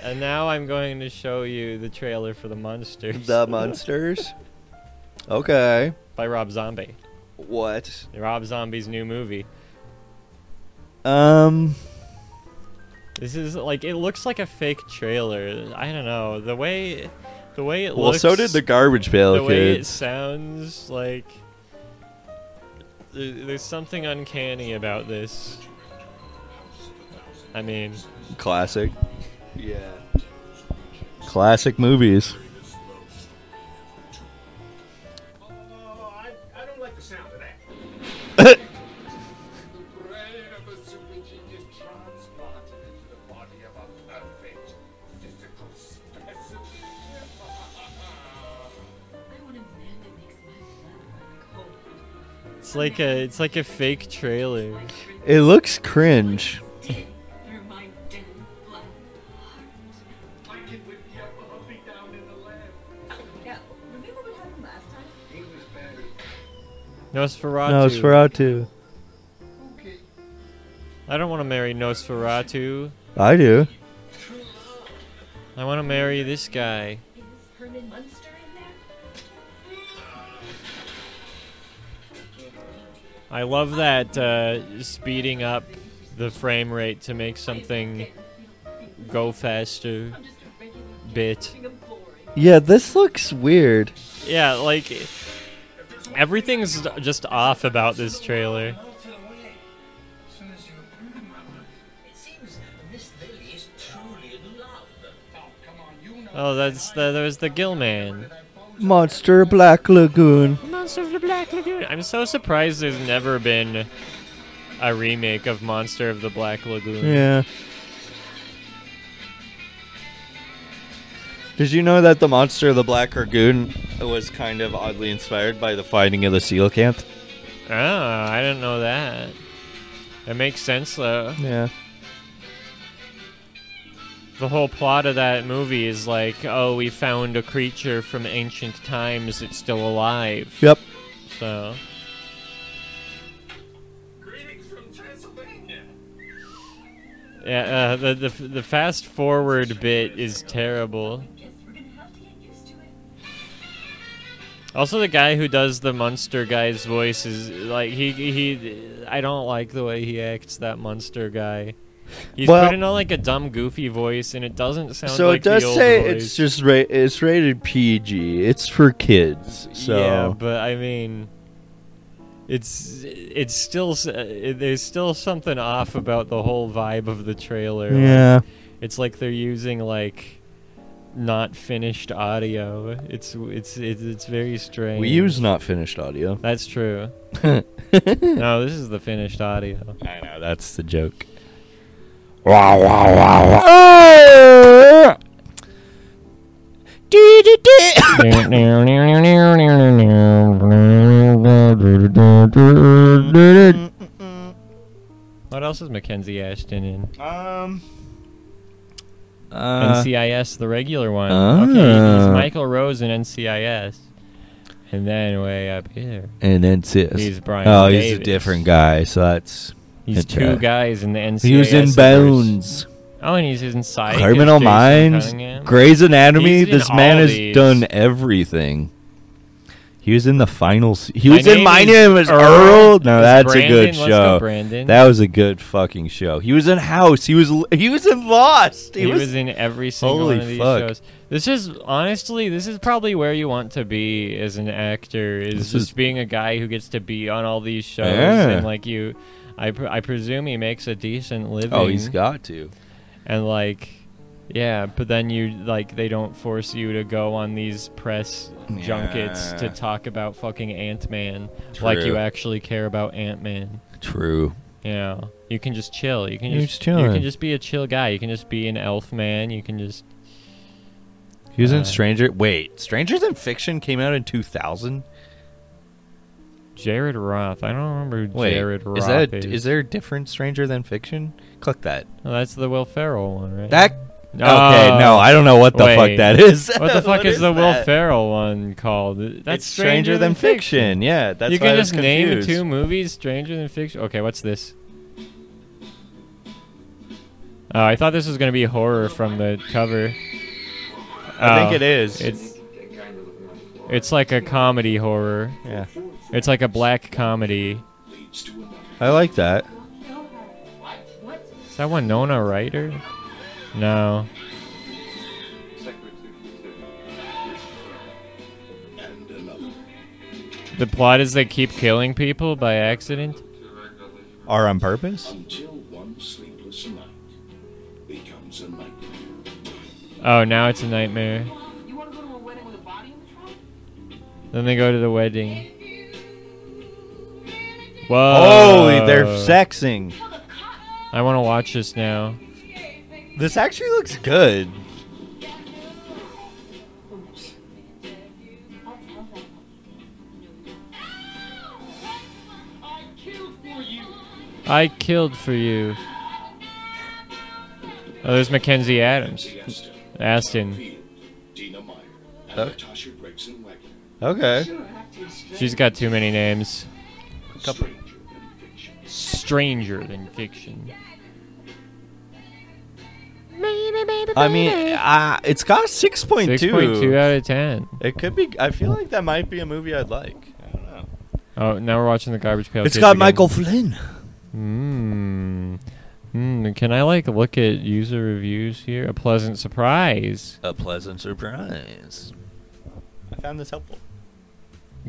Speaker 1: and now I'm going to show you the trailer for the monsters.
Speaker 2: The monsters. Okay.
Speaker 1: by Rob Zombie.
Speaker 2: What?
Speaker 1: Rob Zombie's new movie.
Speaker 2: Um.
Speaker 1: This is like it looks like a fake trailer. I don't know the way, the way it
Speaker 2: Well,
Speaker 1: looks.
Speaker 2: so did the garbage
Speaker 1: the
Speaker 2: pail
Speaker 1: way it
Speaker 2: kids.
Speaker 1: sounds like there- there's something uncanny about this i mean
Speaker 2: Classic. Yeah. Classic movies.
Speaker 5: Oh, I, I don't like the sound of that. The brain of a super genius transplanted into the body of a perfect physical specimen.
Speaker 1: it's like a it's like a fake trailer
Speaker 2: It looks cringe.
Speaker 5: Why can't we be up above me down in the lab? He was buried.
Speaker 1: nosferatu
Speaker 2: Nosferatu.
Speaker 5: Okay.
Speaker 1: i don't want to marry nosferatu
Speaker 2: I do.
Speaker 1: i want to marry this guy i love that uh, speeding up the frame rate to make something go faster bit
Speaker 2: Yeah, this looks weird.
Speaker 1: Yeah, like everything's just off about this trailer.
Speaker 5: Out of the way. As soon as you appeared in my life. It seems this lady is truly in love. Oh, come on, you know
Speaker 1: Oh, that's the that was the Gill Man.
Speaker 5: that I pose
Speaker 2: Monster Black Lagoon.
Speaker 1: Monster of the Black Lagoon. I'm so surprised there's never been a remake of Monster of the Black Lagoon.
Speaker 2: Yeah. Did you know that the monster of the Black Lagoon was kind of oddly inspired by the finding of the coelacanth?
Speaker 1: Oh, I didn't know that. It makes sense though.
Speaker 2: Yeah.
Speaker 1: The whole plot of that movie is like, oh, we found a creature from ancient times that's still alive.
Speaker 2: Yep.
Speaker 1: So
Speaker 5: Greetings from Transylvania.
Speaker 1: yeah, uh, the, the the fast forward bit is terrible. Also, the guy who does the monster guy's voice is like he he. I don't like the way he acts. That monster guy. He's
Speaker 2: Well-
Speaker 1: putting on like a dumb, goofy voice, and it doesn't sound.
Speaker 2: So
Speaker 1: like
Speaker 2: it does
Speaker 1: the old
Speaker 2: say
Speaker 1: voice.
Speaker 2: it's just ra- it's rated PG. It's for kids. So
Speaker 1: Yeah, but I mean, it's it's still s- uh, there's still something off about the whole vibe of the trailer. Like,
Speaker 2: Yeah.
Speaker 1: it's like they're using like not finished audio. It's it's it's, it's very strange.
Speaker 2: we use not finished audio.
Speaker 1: That's true.
Speaker 2: I
Speaker 1: No, this is the finished audio.
Speaker 2: know that's the joke. Ah!
Speaker 1: What else is Mackenzie Ashton in?
Speaker 2: Um. Uh,
Speaker 1: NCIS, the regular one. Okay, he's
Speaker 2: Uh-huh. Ah.
Speaker 1: Michael Rose in NCIS. And then way up here.
Speaker 2: and NCIS.
Speaker 1: He's Brian
Speaker 2: Oh, he's a
Speaker 1: Davis.
Speaker 2: different guy. So that's
Speaker 1: He's
Speaker 2: Okay.
Speaker 1: two guys in the NCIS.
Speaker 2: he was in
Speaker 1: universe.
Speaker 2: Bones,
Speaker 1: Oh, and he's in Psych. as
Speaker 2: Criminal
Speaker 1: Jason
Speaker 2: Minds,
Speaker 1: Cunningham.
Speaker 2: Grey's Anatomy.
Speaker 1: He's in
Speaker 2: This
Speaker 1: all
Speaker 2: man has
Speaker 1: these.
Speaker 2: done everything. He was in the finals. He was in
Speaker 1: name
Speaker 2: My
Speaker 1: is
Speaker 2: Name is
Speaker 1: Earl.
Speaker 2: Earl. No,
Speaker 1: It's
Speaker 2: that's a
Speaker 1: Brandon.
Speaker 2: good
Speaker 1: Let's go,
Speaker 2: show.
Speaker 1: Brandon.
Speaker 2: That was a good fucking show. He was in House. He was he was in Lost. He,
Speaker 1: He
Speaker 2: was,
Speaker 1: was, in every single
Speaker 2: Holy
Speaker 1: one of these
Speaker 2: fuck.
Speaker 1: shows. This is honestly, this is probably where you want to be as an actor is
Speaker 2: This
Speaker 1: just
Speaker 2: is-
Speaker 1: being a guy who gets to be on all these shows
Speaker 2: Yeah.
Speaker 1: and like you. I, pre- I presume he makes a decent living.
Speaker 2: Oh, he's got to.
Speaker 1: and like yeah but then you like they don't force you to go on these press junkets to
Speaker 2: Yeah.
Speaker 1: talk about fucking ant-man like
Speaker 2: True.
Speaker 1: you actually care about ant-man
Speaker 2: True.
Speaker 1: you know you can just chill you can
Speaker 2: You're
Speaker 1: just
Speaker 2: just
Speaker 1: you
Speaker 2: chilling.
Speaker 1: can just be a chill guy you can just be an elf man you can just
Speaker 2: He was
Speaker 1: Uh,
Speaker 2: in Stranger. Wait, Stranger Than Fiction came out in 2000.
Speaker 1: jared roth i don't remember who
Speaker 2: Wait,
Speaker 1: jared roth
Speaker 2: is that
Speaker 1: is.
Speaker 2: is there a different Stranger Than Fiction? Click that.
Speaker 1: Oh, that's the will ferrell one right
Speaker 2: That.
Speaker 1: Oh.
Speaker 2: okay, no, I don't know what the
Speaker 1: wait.
Speaker 2: fuck that is.
Speaker 1: what the fuck is the will
Speaker 2: that?
Speaker 1: ferrell one called that's
Speaker 2: It's Stranger, Than Fiction. Yeah, that's
Speaker 1: you
Speaker 2: why
Speaker 1: can
Speaker 2: I was
Speaker 1: just name
Speaker 2: confused.
Speaker 1: two movies, Stranger Than Fiction. Okay, what's this? Oh, I thought this was gonna be horror from the cover.
Speaker 2: I think
Speaker 1: Oh,
Speaker 2: it is.
Speaker 1: It's it's like a comedy horror.
Speaker 2: yeah,
Speaker 1: It's like a black comedy.
Speaker 2: I like that.
Speaker 1: Is that Winona Ryder? No. The plot is they keep killing people by accident.
Speaker 2: Are on purpose?
Speaker 5: Until one sleepless night becomes a nightmare.
Speaker 1: Oh, now it's a nightmare.
Speaker 6: You want to go to a wedding with a body in the trunk?
Speaker 1: Then they go to the wedding. Whoa!
Speaker 2: Holy, Oh, they're sexing.
Speaker 1: I want to watch this now.
Speaker 2: This actually looks good.
Speaker 6: I killed for you.
Speaker 1: I killed for you. Oh, there's Mackenzie Adams.
Speaker 5: Fiesta,
Speaker 1: Aston.
Speaker 5: Field, Dina Meyer, and
Speaker 2: Oh.
Speaker 5: Natasha Gregson Wagner.
Speaker 2: Okay.
Speaker 1: She's got too many names.
Speaker 2: Couple-
Speaker 5: Stranger than fiction.
Speaker 1: Stranger than fiction.
Speaker 2: I mean, uh, it's got six point
Speaker 1: 6.2
Speaker 2: two.
Speaker 1: out of 10.
Speaker 2: It could be. I feel like that might be a movie I'd like. I don't know.
Speaker 1: Oh, now we're watching the Garbage Pail
Speaker 2: It's
Speaker 1: Kids
Speaker 2: got
Speaker 1: again.
Speaker 2: Michael Flynn.
Speaker 1: Mmm. Mmm. Can I, like, look at user reviews here? A pleasant surprise.
Speaker 2: A pleasant surprise. I found this helpful.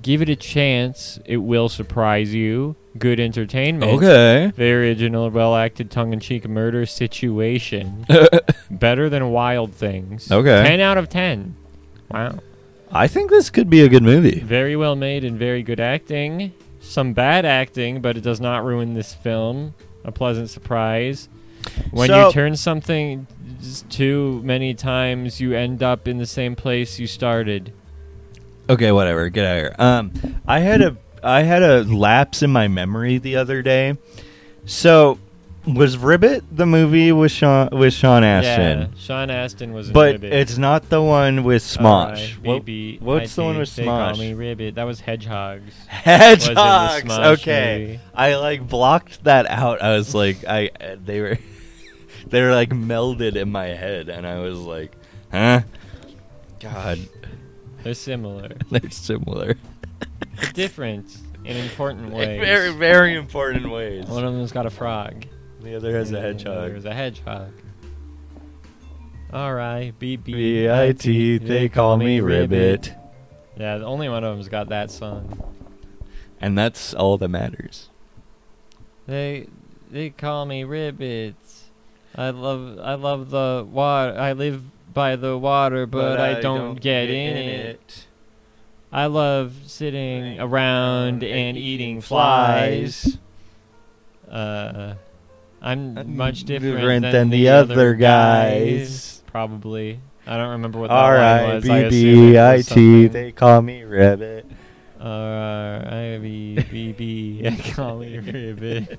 Speaker 1: Give it a chance. It will surprise you. Good entertainment.
Speaker 2: Okay.
Speaker 1: Very original, well acted, tongue in cheek murder situation. Better than Wild Things.
Speaker 2: Okay.
Speaker 1: 10 out of 10. Wow.
Speaker 2: I think this could be a good movie.
Speaker 1: Very well made and very good acting. Some bad acting, but it does not ruin this film. A pleasant surprise. When
Speaker 2: So-
Speaker 1: you turn something s- too many times, you end up in the same place you started.
Speaker 2: Okay, whatever. Get out of here. Um, I had a I had a lapse in my memory the other day. So, was Ribbit the movie with Sean with Sean Astin?
Speaker 1: Yeah, Sean Astin was. in
Speaker 2: But
Speaker 1: Ribbit.
Speaker 2: it's not the one with
Speaker 1: Uh,
Speaker 2: Smosh. What-
Speaker 1: RIBBIT.
Speaker 2: what's the one with
Speaker 1: They call me
Speaker 2: Smosh?
Speaker 1: Ribbit. That was Hedgehogs.
Speaker 2: Hedgehogs.
Speaker 1: Smosh
Speaker 2: okay,
Speaker 1: movie.
Speaker 2: I like blocked that out. I was like, I uh, they were they were like melded in my head, and I was like, huh? God,
Speaker 1: They're similar,
Speaker 2: they're similar
Speaker 1: different in important
Speaker 2: in
Speaker 1: ways.
Speaker 2: very very important ways.
Speaker 1: One of them's got a frog.
Speaker 2: The other has a hedgehog.
Speaker 1: There's a hedgehog. R I B B I
Speaker 2: B-I-T, they call me Ribbit.
Speaker 1: Yeah, the only one of them's got that song.
Speaker 2: And that's all that matters.
Speaker 1: They they call me Ribbit. I love I love the water. I live by the water, but, I, don't, get, in, it. I love sitting around and eating flies. uh, I'm much different, than, the, other, guys. Probably. I don't remember what that
Speaker 2: R I
Speaker 1: line was. I
Speaker 2: B
Speaker 1: assume
Speaker 2: B
Speaker 1: it
Speaker 2: I
Speaker 1: was
Speaker 2: T.
Speaker 1: something.
Speaker 2: They call me Rabbit.
Speaker 1: R I B B B. I call me ribbit.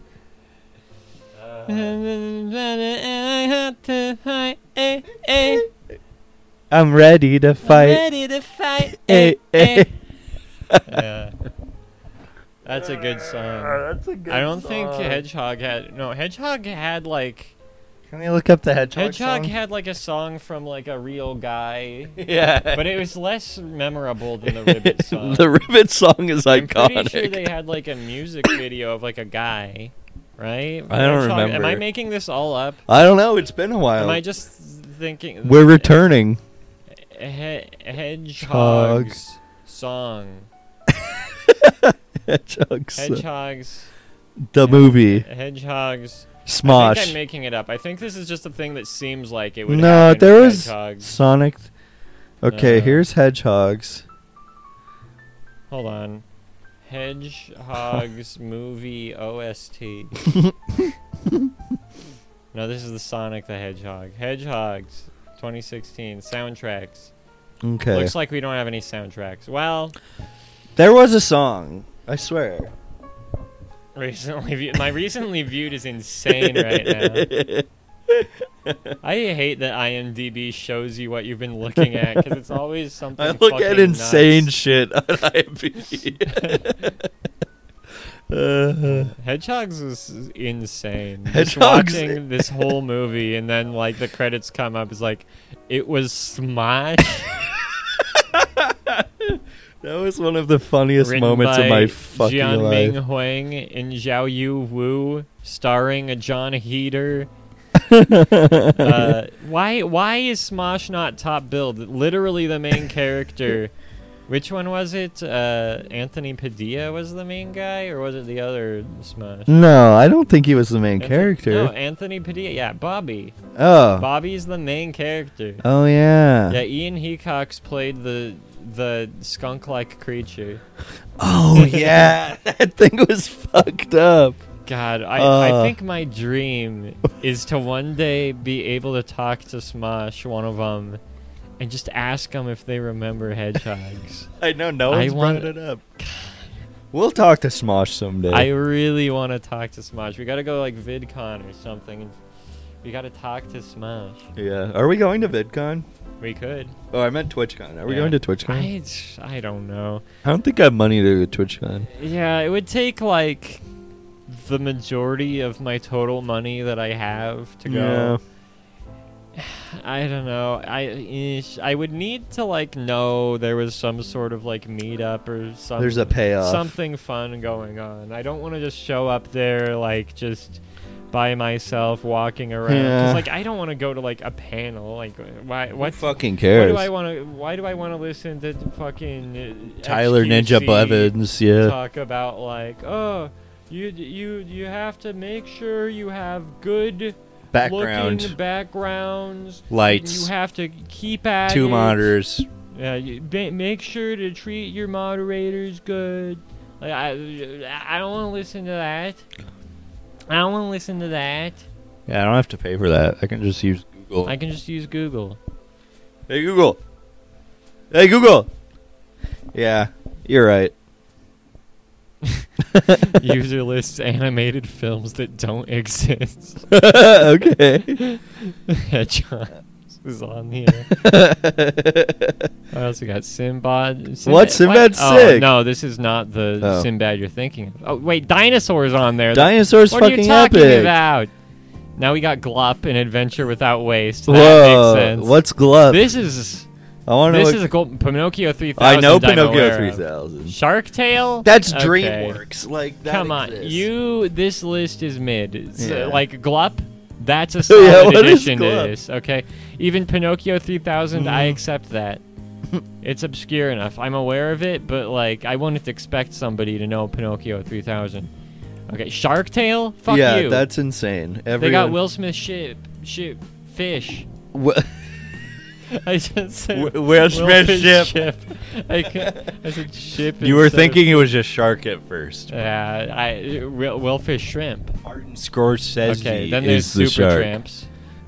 Speaker 1: And I had to fight. eh, eh.
Speaker 2: I'm ready to fight.
Speaker 1: Ready to fight. eh,
Speaker 2: Eh, eh.
Speaker 1: eh. Yeah. That's a good song.
Speaker 2: Uh, That's a good
Speaker 1: I don't think Hedgehog had no Hedgehog had like
Speaker 2: Can we look up the hedgehog?
Speaker 1: Hedgehog
Speaker 2: song?
Speaker 1: had like a song from like a real guy,
Speaker 4: Yeah.
Speaker 1: but it was less memorable than the Ribbit song.
Speaker 4: the ribbit song is
Speaker 1: I'm
Speaker 4: iconic.
Speaker 1: pretty sure they had like a music video of like a guy, right?
Speaker 4: I don't
Speaker 1: Hedgehog- Am I
Speaker 4: remember.
Speaker 1: making this all up?
Speaker 4: I don't know. It's been a
Speaker 1: Am
Speaker 4: while.
Speaker 1: I just thinking?
Speaker 2: We're returning.
Speaker 1: He- hedgehog's song.
Speaker 2: Hedgehog. song.
Speaker 1: Hedgehog's.
Speaker 2: The movie.
Speaker 1: Hedgehog's. I think I'm
Speaker 2: Smosh.
Speaker 1: making it up. I think this is just a thing that seems like it would.
Speaker 2: No,
Speaker 1: happen
Speaker 2: there
Speaker 1: with
Speaker 2: was
Speaker 1: hedgehogs.
Speaker 2: Sonic. Okay,
Speaker 1: Uh,
Speaker 2: here's hedgehogs.
Speaker 1: Hold on. Hedgehog's movie OST. no, this is the Sonic the Hedgehog. Hedgehogs 2016 soundtracks.
Speaker 2: Okay.
Speaker 1: Looks like we don't have any soundtracks. Well,
Speaker 2: there was a song. I swear.
Speaker 1: recently view- my recently viewed is insane right now. I hate that IMDb shows you what you've been looking at because it's always something.
Speaker 2: I look at
Speaker 1: fucking
Speaker 2: insane
Speaker 1: nuts.
Speaker 2: shit on IMDb. uh,
Speaker 1: Hedgehogs is insane. Just
Speaker 2: Hedgehogs-
Speaker 1: watching this whole movie and then like the credits come up is like, it was Smosh.
Speaker 2: that was one of the funniest
Speaker 1: written
Speaker 2: moments
Speaker 1: by
Speaker 2: of my fucking
Speaker 1: Jianming
Speaker 2: life.
Speaker 1: Huang and Zhao Yu Wu, starring a John Heater. Uh, why why is Smosh not top billed? Literally the main character. Which one was it? Uh, Anthony Padilla was the main guy, or was it the other Smosh?
Speaker 2: no, I don't think he was the main character.
Speaker 1: No, Anthony Padilla. Yeah, Bobby.
Speaker 2: oh.
Speaker 1: Bobby's the main character.
Speaker 2: Oh yeah.
Speaker 1: Yeah, Ian Hecox played the the skunk-like creature.
Speaker 2: Oh yeah. that thing was fucked up.
Speaker 1: God, I, I
Speaker 2: Uh.
Speaker 1: think my dream is to one day be able to talk to Smosh, one of them, and just ask them if they remember hedgehogs.
Speaker 2: I know no
Speaker 1: I
Speaker 2: one's
Speaker 1: want-
Speaker 2: brought it up. We'll talk to Smosh someday.
Speaker 1: I really want to talk to Smosh. We gotta go like VidCon or something. And we gotta talk to Smosh.
Speaker 2: yeah. Are we going to VidCon?
Speaker 1: We could.
Speaker 2: Oh, I meant TwitchCon. Are we
Speaker 1: Yeah.
Speaker 2: going to TwitchCon?
Speaker 1: I, I don't know.
Speaker 2: I don't think I have money to go to TwitchCon.
Speaker 1: Yeah, it would take like the majority of my total money that I have to go. I don't know. I ish, I would need to like know there was some sort of like meetup or
Speaker 2: Yeah,
Speaker 1: something.
Speaker 2: there's a payoff.
Speaker 1: something fun going on. I don't want to just show up there like just by myself walking around. 'Cause,
Speaker 2: Yeah.
Speaker 1: like I don't want to go to like a panel. Like why?
Speaker 2: Who
Speaker 1: What?
Speaker 2: fucking
Speaker 1: Why
Speaker 2: cares?
Speaker 1: do I want to? Why do I want to listen to fucking uh,
Speaker 2: Tyler Ninja
Speaker 1: XQC?
Speaker 2: Blevins, yeah.
Speaker 1: talk about like oh you you you have to make sure you have good
Speaker 4: Background.
Speaker 1: looking backgrounds
Speaker 4: Lights.
Speaker 1: you have to keep at
Speaker 4: Two
Speaker 1: it.
Speaker 4: monitors.
Speaker 1: yeah you, ba- make sure to treat your moderators good like, I I don't want to listen to that I don't want to listen to that
Speaker 2: Yeah, I don't have to pay for that. I can just use Google.
Speaker 1: I can just use Google
Speaker 2: hey Google. Hey Google. Yeah, you're right.
Speaker 1: user lists animated films that don't exist
Speaker 2: okay.
Speaker 1: Hedgehog is on here. I also got Sinbad. Sinbad
Speaker 2: What? Sinbad's
Speaker 1: Oh,
Speaker 2: sick.
Speaker 1: no, this is not the
Speaker 2: Oh.
Speaker 1: Sinbad you're thinking of. Oh, wait, dinosaurs on there.
Speaker 2: Dinosaurs
Speaker 1: what are
Speaker 2: fucking
Speaker 1: you talking
Speaker 2: epic.
Speaker 1: about? Now we got Glop and Adventure Without Waste. That
Speaker 2: Whoa.
Speaker 1: makes sense.
Speaker 2: What's glove?
Speaker 1: this is
Speaker 2: I want to
Speaker 1: this
Speaker 2: look.
Speaker 1: is a gold, Pinocchio 3000.
Speaker 2: I know
Speaker 1: I'm aware
Speaker 2: Pinocchio
Speaker 1: of.
Speaker 2: 3000.
Speaker 1: Shark Tale.
Speaker 2: That's
Speaker 1: Okay.
Speaker 2: DreamWorks. Like that
Speaker 1: Come on,
Speaker 2: exists.
Speaker 1: you. This list is mid. It's, uh,
Speaker 2: Yeah.
Speaker 1: like Glup, that's a solid
Speaker 2: what is
Speaker 1: addition to
Speaker 2: Glup?
Speaker 1: this. Okay, even Pinocchio 3000, I
Speaker 2: Mm-hmm.
Speaker 1: accept that. it's obscure enough. I'm aware of it, but like I wouldn't expect somebody to know Pinocchio 3000. Okay, Shark Tale. Fuck
Speaker 2: yeah,
Speaker 1: you.
Speaker 2: that's insane.
Speaker 1: they got
Speaker 2: Everyone,
Speaker 1: Will Smith ship ship fish.
Speaker 2: Will.
Speaker 1: I just said
Speaker 4: Wi- Will Smith ship.
Speaker 1: I, ca- I said ship.
Speaker 4: You
Speaker 1: instead
Speaker 4: were
Speaker 1: of-
Speaker 4: thinking it was just shark at first.
Speaker 1: Yeah, I Will Will fish shrimp.
Speaker 4: Martin Scorsese
Speaker 1: Okay, then there's
Speaker 4: is the
Speaker 1: Super
Speaker 4: shark.
Speaker 1: Tramps.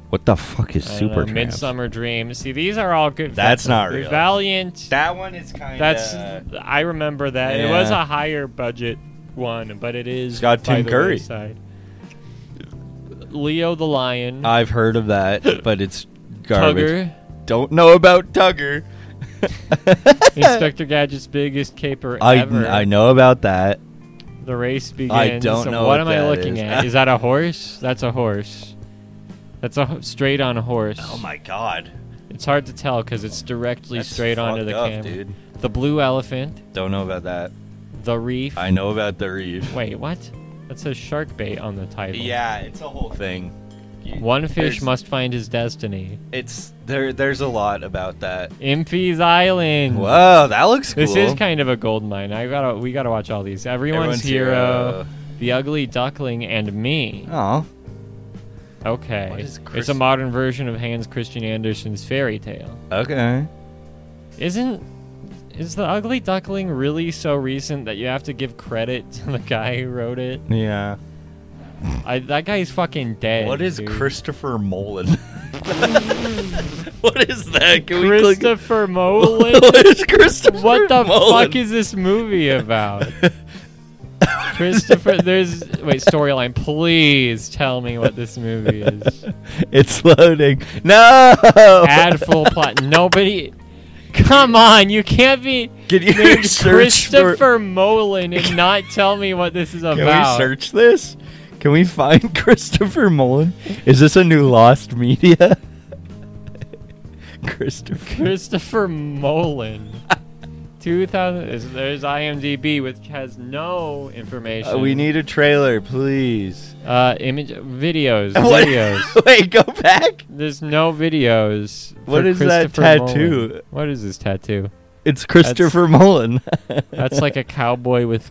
Speaker 2: What the fuck is
Speaker 1: I don't know,
Speaker 2: Super
Speaker 1: Midsummer Dream. See, these are all good.
Speaker 4: That's
Speaker 1: films.
Speaker 4: not real.
Speaker 1: Valiant.
Speaker 4: That one is kind
Speaker 1: that's I remember that. It was
Speaker 4: Yeah.
Speaker 1: a higher budget one, but it is
Speaker 4: It's got
Speaker 1: by
Speaker 4: Tim
Speaker 1: the
Speaker 4: Curry.
Speaker 1: wayside. Leo the Lion.
Speaker 4: I've heard of that, but it's Ah, garbage.
Speaker 1: Tugger.
Speaker 4: Don't know about Tugger.
Speaker 1: Inspector Gadget's biggest caper
Speaker 2: I,
Speaker 1: ever.
Speaker 2: I know about that.
Speaker 1: The race begins.
Speaker 4: I don't know
Speaker 1: What,
Speaker 4: what
Speaker 1: am I
Speaker 4: that
Speaker 1: looking
Speaker 4: is.
Speaker 1: at? Is that a horse? That's a horse. That's a h- straight on horse.
Speaker 4: Oh my god.
Speaker 1: It's hard to tell because it's directly
Speaker 4: That's
Speaker 1: straight onto the
Speaker 4: fucked up,
Speaker 1: camera.
Speaker 4: dude.
Speaker 1: The blue elephant,
Speaker 4: Don't know about that.
Speaker 1: the reef.
Speaker 4: I know about the reef.
Speaker 1: Wait, what? That says shark bait on the title.
Speaker 4: Yeah, it's a whole thing. You-
Speaker 1: One fish
Speaker 4: there's-
Speaker 1: must find his destiny.
Speaker 4: It's there. There's a lot about that.
Speaker 1: Impy's Island.
Speaker 4: Whoa, that looks cool.
Speaker 1: This is kind of a gold mine. I gotta, we gotta watch all these. Everyone's,
Speaker 4: Everyone's
Speaker 1: hero,
Speaker 4: Hero.
Speaker 1: the ugly duckling, and me.
Speaker 4: Oh,
Speaker 1: Okay,
Speaker 4: What is
Speaker 1: it's a
Speaker 4: Chris-
Speaker 1: modern version of Hans Christian Andersen's fairy tale.
Speaker 4: okay.
Speaker 1: Isn't is the ugly duckling really so recent that you have to give credit to the guy who wrote it?
Speaker 2: Yeah.
Speaker 1: I, that guy's fucking dead.
Speaker 4: What is
Speaker 1: dude.
Speaker 4: Christopher Mullen? what is that? Can we click-
Speaker 1: Christopher Nolan?
Speaker 4: what is Christopher?
Speaker 1: What the
Speaker 4: Mullen?
Speaker 1: fuck is this movie about? Christopher, there's wait storyline. Please tell me what this movie is.
Speaker 2: It's loading. No.
Speaker 1: Add full plot. Nobody. Come on, you can't be
Speaker 4: Can you
Speaker 1: named
Speaker 4: search
Speaker 1: Christopher
Speaker 4: for-
Speaker 1: Nolan and not tell me what this is
Speaker 2: Can
Speaker 1: about.
Speaker 2: we search this? Can we find Christopher Mullen? Is this a new lost media? Christopher.
Speaker 1: Christopher Nolan. 2000. is- There's IMDb, which has no information.
Speaker 2: Uh, we need a trailer, please.
Speaker 1: uh, image videos.
Speaker 2: What-
Speaker 1: Videos.
Speaker 2: Wait, go back.
Speaker 1: There's no videos. for
Speaker 2: What is that
Speaker 1: Christopher Nolan.
Speaker 2: tattoo?
Speaker 1: What is this tattoo?
Speaker 2: It's Christopher Mullen.
Speaker 1: That's like a cowboy with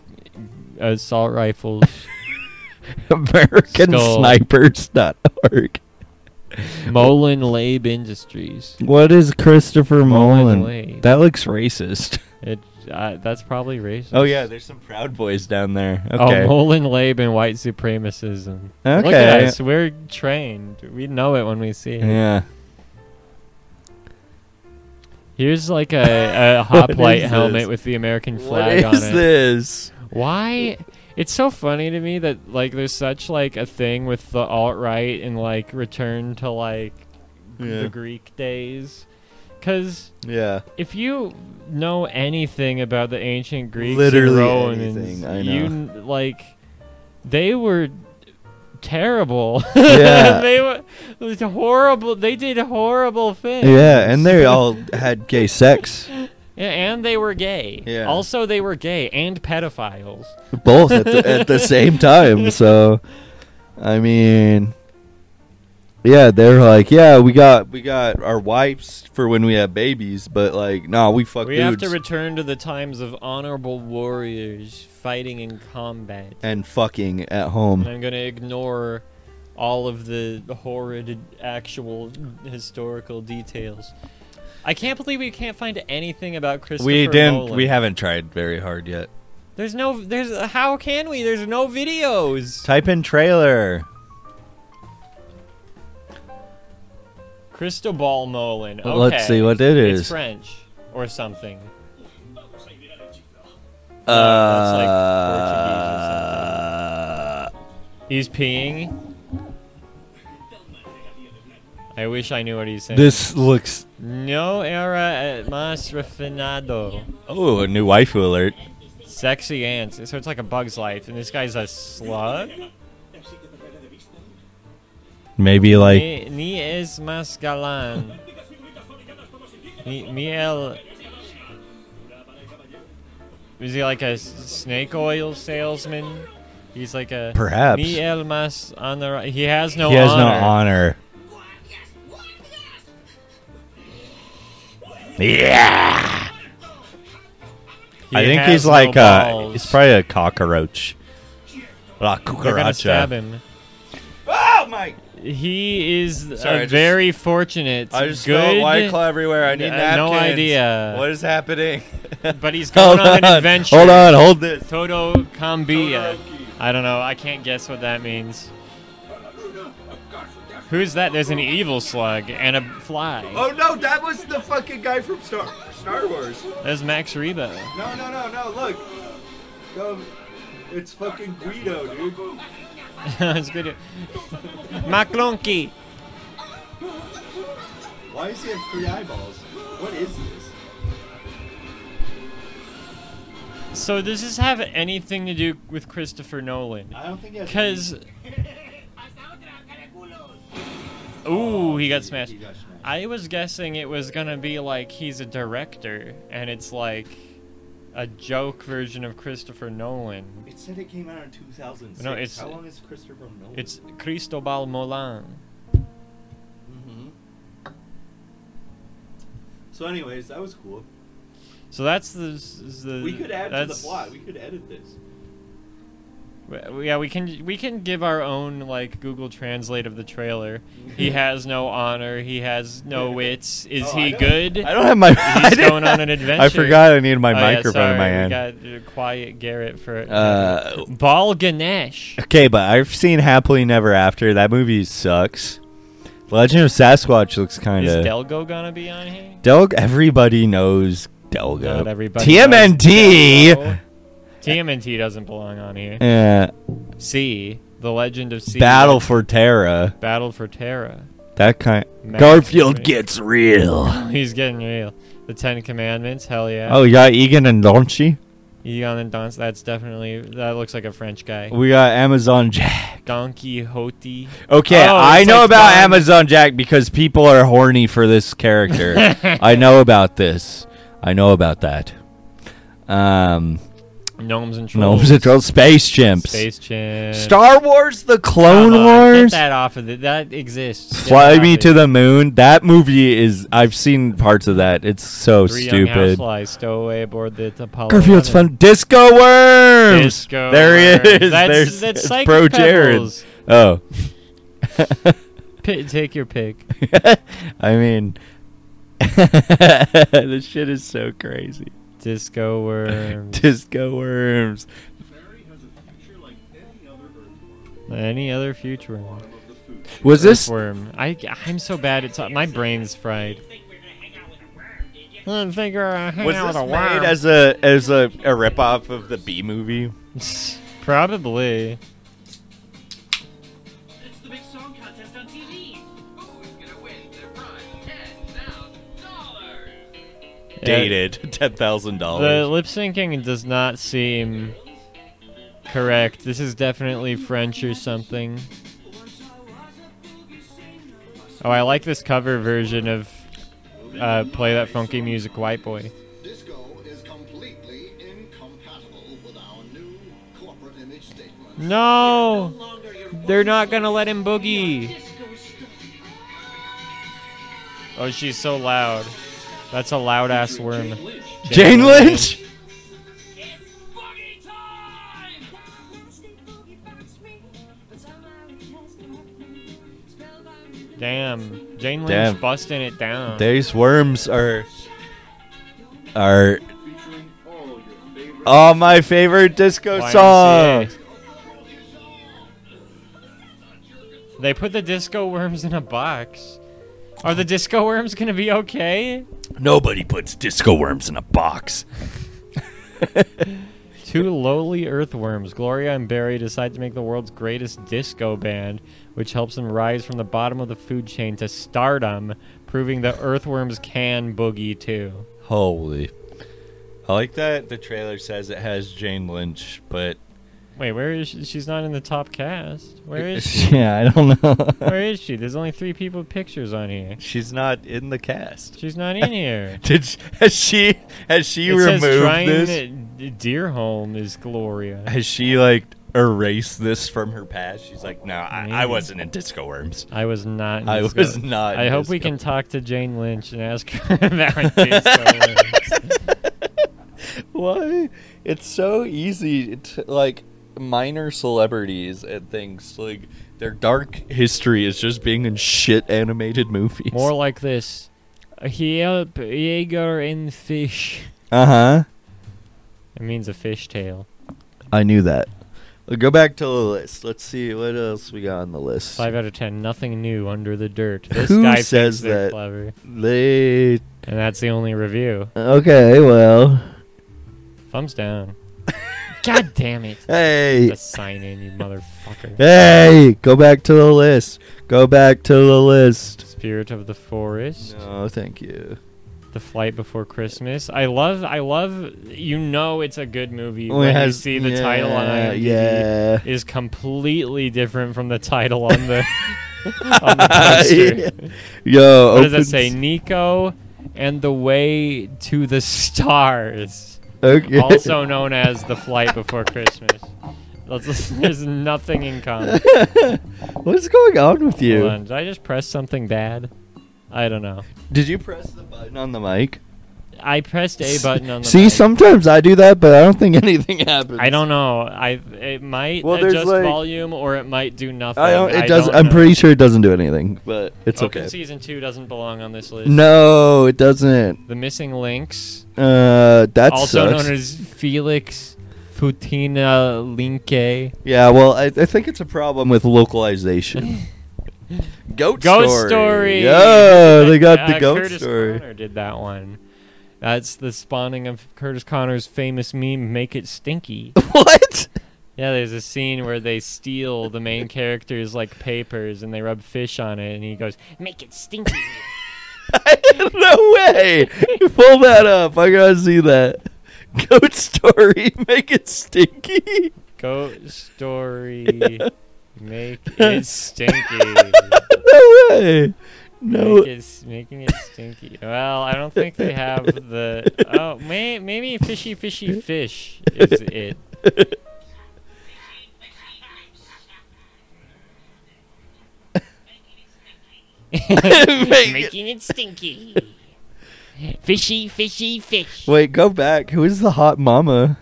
Speaker 1: assault rifles. skull.
Speaker 2: AmericanSnipers.org.
Speaker 1: Molin Labe Industries.
Speaker 2: What is Christopher
Speaker 1: Mullen
Speaker 2: Mullen?
Speaker 1: Lane.
Speaker 2: That looks racist.
Speaker 1: It uh, that's probably racist.
Speaker 2: Oh yeah, there's some Proud Boys down there.
Speaker 1: Oh,
Speaker 2: Okay.
Speaker 1: Molin Labe and white supremacism. Look at
Speaker 2: Okay.
Speaker 1: us. We're trained. We know it when we see it.
Speaker 2: yeah.
Speaker 1: Here's like a, a
Speaker 2: What
Speaker 1: hoplite
Speaker 2: is
Speaker 1: helmet
Speaker 2: this?
Speaker 1: with the American
Speaker 2: What
Speaker 1: flag on
Speaker 2: is
Speaker 1: it.
Speaker 2: this?
Speaker 1: Why? It's so funny to me that like there's such like a thing with the alt right and like return to like
Speaker 2: Yeah.
Speaker 1: the Greek days, because
Speaker 2: Yeah.
Speaker 1: if you know anything about the ancient Greeks, and
Speaker 2: Literally
Speaker 1: Romans,
Speaker 2: anything, I
Speaker 1: you
Speaker 2: know.
Speaker 1: kn- like they were terrible.
Speaker 2: Yeah.
Speaker 1: they were it was horrible. They did horrible things.
Speaker 2: Yeah, and they all had gay sex,
Speaker 1: Yeah, and they were gay.
Speaker 2: Yeah.
Speaker 1: Also, they were gay and pedophiles.
Speaker 2: both at the, at the same time. So, I mean, yeah, they're like, yeah, we got we got our wives for when we have babies, but like, nah, we fuck
Speaker 1: We have
Speaker 2: dudes
Speaker 1: to return to the times of honorable warriors fighting in combat.
Speaker 2: and fucking at
Speaker 1: And
Speaker 2: home.
Speaker 1: I'm going to ignore all of the horrid actual historical details. I can't believe we can't find anything about Christopher
Speaker 4: We didn't.
Speaker 1: Nolan.
Speaker 4: We haven't tried very hard yet.
Speaker 1: There's no there's how can we? There's no videos.
Speaker 2: Type in trailer.
Speaker 1: Cristobal Nolan. Okay.
Speaker 2: Let's see what it
Speaker 1: It's
Speaker 2: is.
Speaker 1: French or something.
Speaker 2: Uh,
Speaker 4: Uh,
Speaker 1: That's He's peeing. I wish I knew what he's saying.
Speaker 2: this looks.
Speaker 1: no era at mas refinado.
Speaker 4: Oh, a new waifu alert.
Speaker 1: Sexy ants. So it's like a bug's life, and this guy's a slug.
Speaker 2: Maybe like
Speaker 1: Ni, ni es mas galán. Ni, ni el. Is he like a s- snake oil salesman? He's like a
Speaker 2: Perhaps.
Speaker 1: Ni el mas honor. He has no.
Speaker 2: he has no
Speaker 1: honor.
Speaker 2: honor.
Speaker 1: He
Speaker 2: I think
Speaker 1: has
Speaker 2: he's
Speaker 1: no
Speaker 2: like uh,
Speaker 1: balls.
Speaker 2: he's probably a cockroach. La
Speaker 1: They're gonna stab
Speaker 2: cucaracha.
Speaker 1: him.
Speaker 4: Oh my!
Speaker 1: He is
Speaker 4: Sorry, I
Speaker 1: uh,
Speaker 4: just-
Speaker 1: very fortunate.
Speaker 4: I just
Speaker 1: good,
Speaker 4: smelled white claw everywhere. I need
Speaker 1: uh, no
Speaker 4: napkins.
Speaker 1: idea.
Speaker 4: What is happening?
Speaker 1: but he's going
Speaker 2: Hold
Speaker 1: on,
Speaker 2: on,
Speaker 1: an adventure.
Speaker 2: hold on, hold this.
Speaker 1: Toto Cambia. I don't know. I can't guess what that means. Who's that? There's an evil slug and a fly.
Speaker 4: Oh no, that was the fucking guy from Star Star Wars.
Speaker 1: There's Max Rebo.
Speaker 4: No, no, no, no. Look, go. It's fucking Guido, dude.
Speaker 1: it's good. Maclonky.
Speaker 4: Why does he have three eyeballs? What is this?
Speaker 1: So does this have anything to do with Christopher Nolan?
Speaker 4: I don't think that's.
Speaker 1: Because Ooh, he got smashed. I was guessing it was gonna be like he's a director, and it's like a joke version of Christopher Nolan.
Speaker 2: It said it came out in 2006.
Speaker 1: No, it's-
Speaker 2: How long is Christopher Nolan?
Speaker 1: It's Cristobal Molan.
Speaker 2: Mhm. So, anyways, that was cool.
Speaker 1: So that's the. s- the
Speaker 2: We could add to
Speaker 1: that's,
Speaker 2: the plot. We could edit this.
Speaker 1: w- Yeah, we can we can give our own like Google Translate of the trailer. He has no honor. He has no wits. Is
Speaker 2: Oh, I
Speaker 1: he
Speaker 2: don't-
Speaker 1: good?
Speaker 2: I don't have my. I didn't-
Speaker 1: going on an
Speaker 2: I
Speaker 1: adventure.
Speaker 2: forgot I needed my
Speaker 1: Oh, yeah,
Speaker 2: microphone
Speaker 1: sorry,
Speaker 2: in my hand.
Speaker 1: We got uh, Quiet Garrett for it.
Speaker 2: Uh,
Speaker 1: Ball Ganesh.
Speaker 2: okay, but I've seen Happily Never After. That movie sucks. Legend of Sasquatch looks kind
Speaker 1: Is
Speaker 2: of.
Speaker 1: Delgo gonna be on here?
Speaker 2: Delg. Everybody knows Delgo.
Speaker 1: Not everybody
Speaker 2: TMNT.
Speaker 1: knows TMNT doesn't belong on here.
Speaker 2: Eh,
Speaker 1: C. The Legend of C.
Speaker 2: Battle for Terra.
Speaker 1: Battle for Terra.
Speaker 2: That kind.
Speaker 1: Max
Speaker 2: Garfield
Speaker 1: Payne.
Speaker 2: gets real.
Speaker 1: He's getting real. The Ten Commandments. Hell yeah.
Speaker 2: Oh, you got Egan and Donchi.
Speaker 1: Egon and Don. That's definitely. That looks like a French guy.
Speaker 2: We got Amazon Jack.
Speaker 1: Don Quixote.
Speaker 2: Okay,
Speaker 1: Oh,
Speaker 2: I
Speaker 1: it's
Speaker 2: know
Speaker 1: like
Speaker 2: about
Speaker 1: Don-
Speaker 2: Amazon Jack because people are horny for this character. I know about this. I know about that. Um,
Speaker 1: Gnomes and trolls.
Speaker 2: gnomes and trolls, space chimps, Oh,
Speaker 1: Space Jam.
Speaker 2: Star Wars, the Clone
Speaker 1: Come on,
Speaker 2: Wars,
Speaker 1: Get that off of it. That exists. Get
Speaker 2: Fly
Speaker 1: it off
Speaker 2: Me
Speaker 1: of
Speaker 2: to
Speaker 1: it.
Speaker 2: the Moon. That movie is. I've seen parts of that. It's so
Speaker 1: Three Young
Speaker 2: stupid.
Speaker 1: houseflies stow away aboard the Apollo.
Speaker 2: Garfield's
Speaker 1: 11.
Speaker 2: fun. Disco worms.
Speaker 1: Disco
Speaker 2: there he
Speaker 1: worms.
Speaker 2: is.
Speaker 1: That's-
Speaker 2: There's,
Speaker 1: that's
Speaker 2: it's
Speaker 1: Psychic
Speaker 2: pro Jared.
Speaker 1: Pebbles.
Speaker 2: Oh.
Speaker 1: Pi take your pick.
Speaker 2: I mean, this shit is so crazy.
Speaker 1: Disco worms.
Speaker 2: Disco worms.
Speaker 1: Any other future worm?
Speaker 2: Was this?
Speaker 1: worm? I I'm so bad at talk- my brain's fried. I didn't think we were gonna hang
Speaker 2: Was
Speaker 1: out
Speaker 2: this
Speaker 1: with a
Speaker 2: made
Speaker 1: worm.
Speaker 2: as a as a, a ripoff of the B movie?
Speaker 1: Probably.
Speaker 6: It's the big song contest on TV.
Speaker 5: Who's gonna win the prize? Ten thousand dollars.
Speaker 1: Yeah,
Speaker 2: Dated ten thousand
Speaker 1: The
Speaker 2: dollars.
Speaker 1: lip syncing does not seem correct. This is definitely French or something. Oh, I like this cover version of uh, "Play That Funky Music, White Boy."
Speaker 7: Disco is completely incompatible with our new corporate image statement.
Speaker 1: No, they're not gonna let him boogie. Oh, she's so loud. That's a loud ass worm.
Speaker 2: Jane Lynch.
Speaker 1: Damn, Jane Lynch
Speaker 2: Damn.
Speaker 1: busting it down.
Speaker 2: These worms are are all my favorite disco
Speaker 1: YMCA.
Speaker 2: songs.
Speaker 1: They put the disco worms in a box. Are the disco worms gonna be okay?
Speaker 2: Nobody puts disco worms in a box.
Speaker 1: Two lowly earthworms, Gloria and Barry, decide to make the world's greatest disco band, which helps them rise from the bottom of the food chain to stardom, proving the earthworms can boogie too.
Speaker 2: Holy. I like that the trailer says it has Jane Lynch, but
Speaker 1: Wait, where is she? She's not in the top cast. Where is she?
Speaker 2: yeah, I don't know.
Speaker 1: Where is she? There's only three people with pictures on here.
Speaker 2: She's not in the cast.
Speaker 1: She's not in here.
Speaker 2: Did sh has she has she
Speaker 1: it
Speaker 2: removed
Speaker 1: says trying
Speaker 2: this?
Speaker 1: Deerholm is Gloria.
Speaker 2: Has she like erased this from her past? She's like, no, I, I
Speaker 1: Maybe.
Speaker 2: wasn't in Disco Worms.
Speaker 1: I was not. in
Speaker 2: I
Speaker 1: this
Speaker 2: was
Speaker 1: go-
Speaker 2: not. in
Speaker 1: I hope we
Speaker 2: Disco
Speaker 1: can talk to Jane Lynch and ask her about Disco Worms.
Speaker 2: Why? It's so easy to like minor celebrities and things like their dark history is just being in shit animated movies.
Speaker 1: More like this. Help Jaeger and fish.
Speaker 2: uh huh.
Speaker 1: It means a fish tail.
Speaker 2: I knew that. Go back to the list. Let's see what else we got on the list.
Speaker 1: Five out of ten. Nothing new under the dirt. This
Speaker 2: Who
Speaker 1: guy thinks
Speaker 2: says
Speaker 1: they're
Speaker 2: that?
Speaker 1: Clever,
Speaker 2: They
Speaker 1: and that's the only review.
Speaker 2: okay. Well,
Speaker 1: Thumbs down. God damn it!
Speaker 2: hey,
Speaker 1: Just sign in, you motherfucker.
Speaker 2: hey, go back to the list. Go back to the list.
Speaker 1: Spirit of the Forest.
Speaker 2: No, thank you.
Speaker 1: The Flight Before Christmas. I love. I love. You know, it's a good movie
Speaker 2: It
Speaker 1: when you
Speaker 2: has-
Speaker 1: see the title on
Speaker 2: yeah,
Speaker 1: IMDb
Speaker 2: Yeah.
Speaker 1: is completely different from the title on the on the poster.
Speaker 2: Yo,
Speaker 1: What does that
Speaker 2: opens-
Speaker 1: say? Nico and the Way to the Stars,
Speaker 2: Okay.
Speaker 1: also known as The Flight Before Christmas. That's- There's nothing in common.
Speaker 2: What's going on with you?
Speaker 1: Hold on, did I just press something bad? I don't know.
Speaker 2: Did you press the button on the mic?
Speaker 1: I pressed a button on the.
Speaker 2: See,
Speaker 1: mic.
Speaker 2: sometimes I do that, but I don't think anything happens.
Speaker 1: I don't know. I it might
Speaker 2: Well, there's
Speaker 1: adjust
Speaker 2: like-
Speaker 1: volume or it might do nothing.
Speaker 2: I don't. It
Speaker 1: I
Speaker 2: does.
Speaker 1: don't
Speaker 2: I'm
Speaker 1: know.
Speaker 2: pretty sure it doesn't do anything, but it's
Speaker 1: Open
Speaker 2: okay.
Speaker 1: season two doesn't belong on this list.
Speaker 2: No, it doesn't.
Speaker 1: The missing links,
Speaker 2: Uh, that
Speaker 1: also
Speaker 2: sucks.
Speaker 1: known as Felix Futina Linke.
Speaker 2: yeah, well, I, I think it's a problem with localization. goat,
Speaker 1: Ghost
Speaker 2: story.
Speaker 1: Story.
Speaker 2: Yeah, they got
Speaker 1: Uh,
Speaker 2: the goat
Speaker 1: Curtis
Speaker 2: story.
Speaker 1: Connor did that one. That's the spawning of Curtis Connor's famous meme, "Make It Stinky."
Speaker 2: What?
Speaker 1: Yeah, there's a scene where they steal the main character's like papers and they rub fish on it, and he goes, "Make it stinky."
Speaker 2: no way! Pull that up. I gotta see that. Goat story. Make it stinky.
Speaker 1: Goat story, make it stinky.
Speaker 2: no way. No.
Speaker 1: Make it, s- making it stinky. Well, I don't think they have the. Oh, may, maybe fishy fishy fish is it.
Speaker 2: Make it-
Speaker 3: Making it stinky. Fishy, fishy, fish.
Speaker 2: Wait, go back. Who is the hot mama?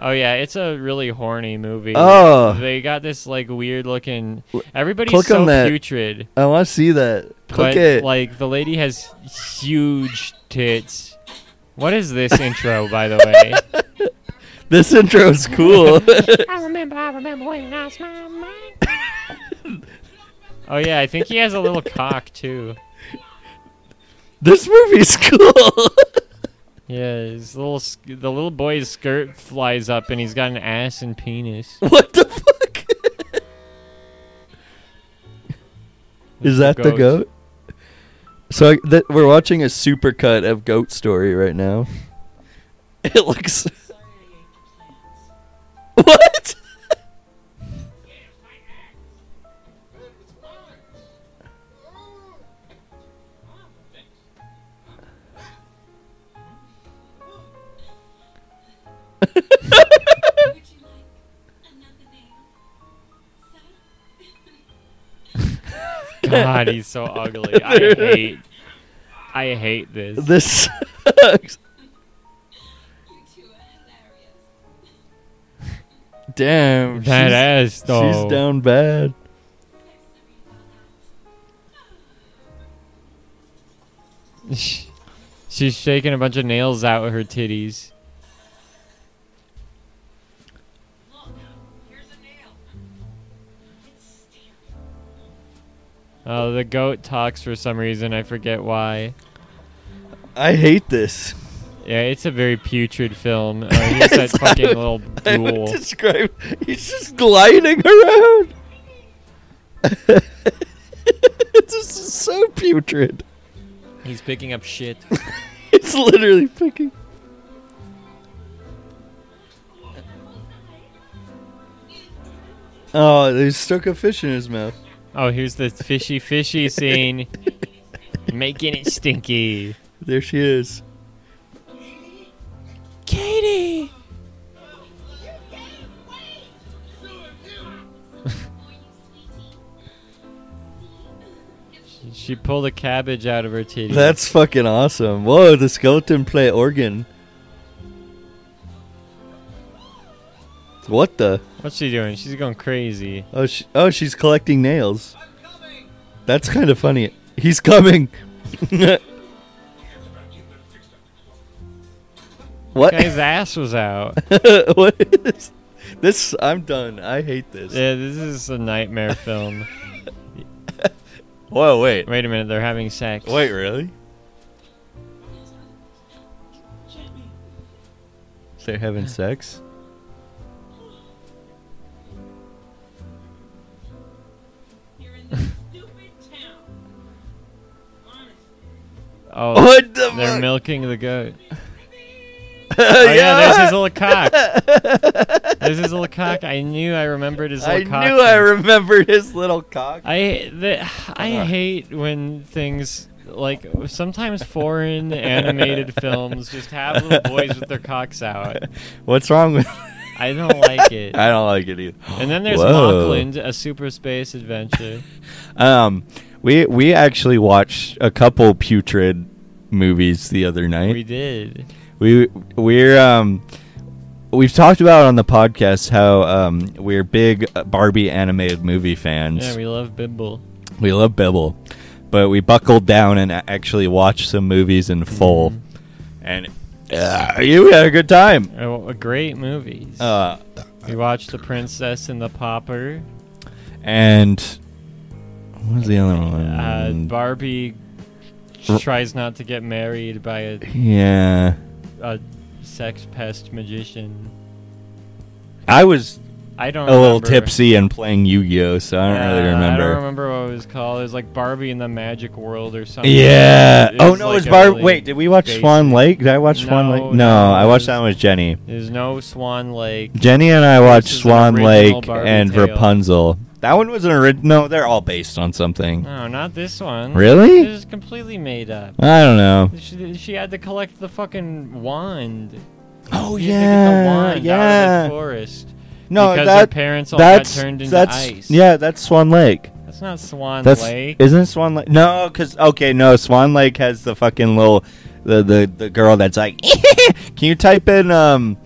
Speaker 1: Oh yeah, it's a really horny movie.
Speaker 2: Oh.
Speaker 1: they got this like weird looking.
Speaker 2: L-
Speaker 1: Everybody's
Speaker 2: click
Speaker 1: so
Speaker 2: on that.
Speaker 1: putrid.
Speaker 2: I want to see that. Click
Speaker 1: but,
Speaker 2: it.
Speaker 1: Like the lady has huge tits. What is this intro, by the way?
Speaker 2: this intro's cool.
Speaker 3: I remember, I remember when I lost my mind.
Speaker 1: Oh yeah, I think he has a little cock too.
Speaker 2: this movie's cool.
Speaker 1: Yeah, his little sk- the little boy's skirt flies up and he's got an ass and penis.
Speaker 2: what the fuck? is that the
Speaker 1: goat.
Speaker 2: goat? So I, th- we're watching a supercut of Goat Story right now. It looks. What?
Speaker 8: Would you like another name?
Speaker 1: God, he's so ugly. I hate. I hate this.
Speaker 2: This sucks.
Speaker 8: You two are hilarious.
Speaker 2: Damn.
Speaker 1: that
Speaker 2: she's-
Speaker 1: ass though.
Speaker 2: She's down bad.
Speaker 1: She's shaking a bunch of nails out of her titties. Oh, the goat talks for some reason. I forget why.
Speaker 2: I hate this.
Speaker 1: Yeah, it's a very putrid film. Oh, he's that fucking little
Speaker 2: I would
Speaker 1: duel.
Speaker 2: describe. He's just gliding around. this is so putrid.
Speaker 1: He's picking up shit.
Speaker 2: It's literally picking. Oh, they stuck a fish in his mouth.
Speaker 1: Oh, here's the fishy fishy scene. Making it stinky.
Speaker 2: There she is.
Speaker 1: Katie! She pulled a cabbage out of her titty.
Speaker 2: That's fucking awesome. Whoa, the skeleton play organ. What the?
Speaker 1: What's she doing? She's going crazy.
Speaker 2: Oh, sh oh, she's collecting nails. That's kind of funny. He's coming. what?
Speaker 1: Guy's uh, ass was out.
Speaker 2: what is this? I'm done. I hate this.
Speaker 1: Yeah, this is a nightmare film.
Speaker 2: Whoa, wait,
Speaker 1: Wait a minute, they're having sex.
Speaker 2: wait, really? They're having sex.
Speaker 8: You're in this stupid town. Honestly.
Speaker 1: Oh,
Speaker 2: What the
Speaker 1: they're
Speaker 2: fuck?
Speaker 1: milking the goat. Oh yeah, there's his little cock. There's his little cock. I knew I remembered his little
Speaker 2: I
Speaker 1: cock.
Speaker 2: knew I remembered his little cock.
Speaker 1: I the, I hate when things like sometimes foreign animated films just have little boys with their cocks out.
Speaker 2: What's wrong with?
Speaker 1: I don't like it.
Speaker 2: I don't like it either.
Speaker 1: And then there's
Speaker 2: Whoa.
Speaker 1: Auckland, a super space adventure.
Speaker 2: Um, we we actually watched a couple putrid movies the other
Speaker 1: we
Speaker 2: night.
Speaker 1: did.
Speaker 2: We we're um we've talked about on the podcast how um we're big Barbie animated movie fans.
Speaker 1: Yeah, we love Bibble.
Speaker 2: We love Bibble, but we buckled down and a- actually watched some movies in full,
Speaker 1: Mm-hmm.
Speaker 2: and uh, you had a good time.
Speaker 1: Oh, great movies.
Speaker 2: Uh,
Speaker 1: we watched The Princess and the Popper,
Speaker 2: and what was the other
Speaker 1: uh,
Speaker 2: one?
Speaker 1: Barbie tries not to get married by a,
Speaker 2: yeah,
Speaker 1: a sex pest magician.
Speaker 2: I was
Speaker 1: I don't
Speaker 2: a little
Speaker 1: remember.
Speaker 2: tipsy and playing Yu-Gi-Oh, so I don't really
Speaker 1: Uh, I
Speaker 2: remember.
Speaker 1: don't remember what it was called. It was like Barbie in the Magic World or something.
Speaker 2: Yeah. oh no,
Speaker 1: like
Speaker 2: it was
Speaker 1: a
Speaker 2: Barb.
Speaker 1: really
Speaker 2: Wait, did we watch
Speaker 1: basic-
Speaker 2: Swan Lake? Did I watch Swan
Speaker 1: No,
Speaker 2: Lake? No,
Speaker 1: no,
Speaker 2: I
Speaker 1: it
Speaker 2: watched
Speaker 1: was-
Speaker 2: that one with Jenny.
Speaker 1: There's no Swan Lake.
Speaker 2: Jenny and I watched
Speaker 1: is an
Speaker 2: Swan
Speaker 1: original
Speaker 2: Lake
Speaker 1: Barbie
Speaker 2: and
Speaker 1: tale.
Speaker 2: Rapunzel. That one was an original. No, they're all based on something.
Speaker 1: No, not this one.
Speaker 2: Really?
Speaker 1: This Mm-hmm. is completely made up.
Speaker 2: I don't know.
Speaker 1: She, she had to collect the fucking wand.
Speaker 2: Oh
Speaker 1: She had to get the
Speaker 2: yeah,
Speaker 1: wand Out of the
Speaker 2: yeah.
Speaker 1: forest.
Speaker 2: No,
Speaker 1: because her
Speaker 2: that
Speaker 1: parents all got
Speaker 2: that's
Speaker 1: turned into
Speaker 2: that's
Speaker 1: ice.
Speaker 2: yeah, that's Swan Lake.
Speaker 1: That's not Swan
Speaker 2: That's
Speaker 1: Lake.
Speaker 2: isn't Swan Lake? No, because okay, no, Swan Lake has the fucking little the the, the girl that's like. Can you type in um,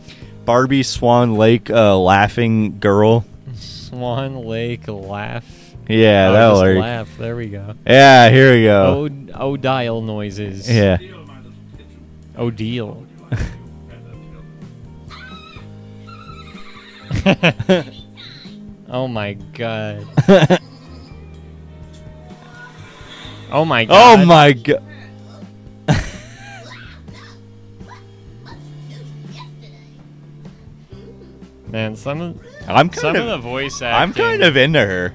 Speaker 2: Barbie Swan Lake uh, laughing girl?
Speaker 1: Swan Lake laugh.
Speaker 2: Yeah,
Speaker 1: Oh,
Speaker 2: that'll
Speaker 1: just
Speaker 2: work.
Speaker 1: laugh. There we go.
Speaker 2: Yeah, here we go.
Speaker 1: Oh, Odile noises.
Speaker 2: yeah,
Speaker 1: Odile. oh my god. Oh my god.
Speaker 2: oh my god.
Speaker 1: man, some of
Speaker 2: I'm kind
Speaker 1: some
Speaker 2: of,
Speaker 1: of the voice acting.
Speaker 2: I'm kind of into her.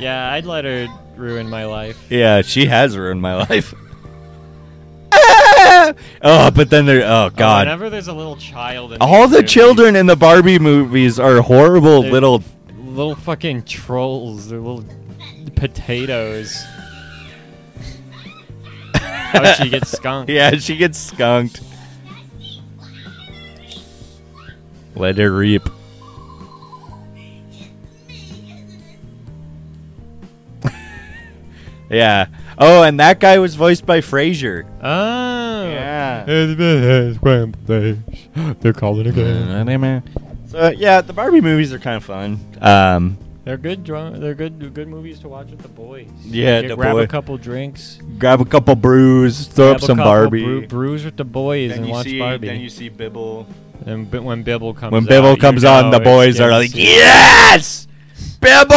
Speaker 1: Yeah, I'd let her ruin my life.
Speaker 2: Yeah, she has ruined my life. oh, but then there. Oh God,
Speaker 1: Whenever there's a little child in
Speaker 2: all
Speaker 1: these
Speaker 2: the
Speaker 1: movies,
Speaker 2: children in the Barbie movies are horrible
Speaker 1: They're-
Speaker 2: little.
Speaker 1: little fucking trolls, they're little potatoes. oh, she gets skunked.
Speaker 2: Yeah, she gets skunked. Let her reap. yeah. Oh, and that guy was voiced by Frasier.
Speaker 1: Oh.
Speaker 2: Yeah.
Speaker 1: They're calling
Speaker 2: So yeah, the Barbie movies are kind of fun. Um,
Speaker 1: They're good drunk. They're good. Good movies to watch with the boys.
Speaker 2: Yeah,
Speaker 1: Get-
Speaker 2: the
Speaker 1: grab
Speaker 2: boy-
Speaker 1: a couple drinks.
Speaker 2: grab a couple brews, throw
Speaker 1: grab
Speaker 2: up
Speaker 1: a
Speaker 2: some
Speaker 1: couple
Speaker 2: Barbie.
Speaker 1: Brew, brews with the boys and watch Barbie.
Speaker 2: see Bibble.
Speaker 1: and b- when Bibble comes,
Speaker 2: When
Speaker 1: out,
Speaker 2: Bibble
Speaker 1: you
Speaker 2: comes
Speaker 1: know
Speaker 2: on, the
Speaker 1: it's
Speaker 2: boys are
Speaker 1: getting
Speaker 2: like,
Speaker 1: serious.
Speaker 2: "Yes, Bibble!"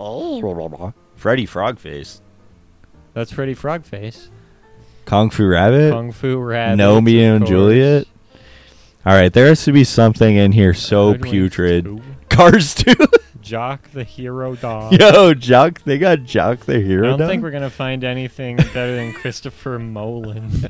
Speaker 2: Oh. Freddy Frogface,
Speaker 1: That's Freddy Frogface,
Speaker 2: Kung Fu Rabbit,
Speaker 1: Kung Fu Rabbit,
Speaker 2: Nomeo
Speaker 1: of
Speaker 2: and
Speaker 1: course.
Speaker 2: Juliet. All right, there has to be something in here so
Speaker 1: Good one,
Speaker 2: putrid.
Speaker 1: too.
Speaker 2: Cars too.
Speaker 1: Jock the Hero Dog.
Speaker 2: Yo, Jock, they got Jock the
Speaker 1: I
Speaker 2: Hero.
Speaker 1: don't
Speaker 2: done?
Speaker 1: think we're gonna find anything better than Christopher Nolan.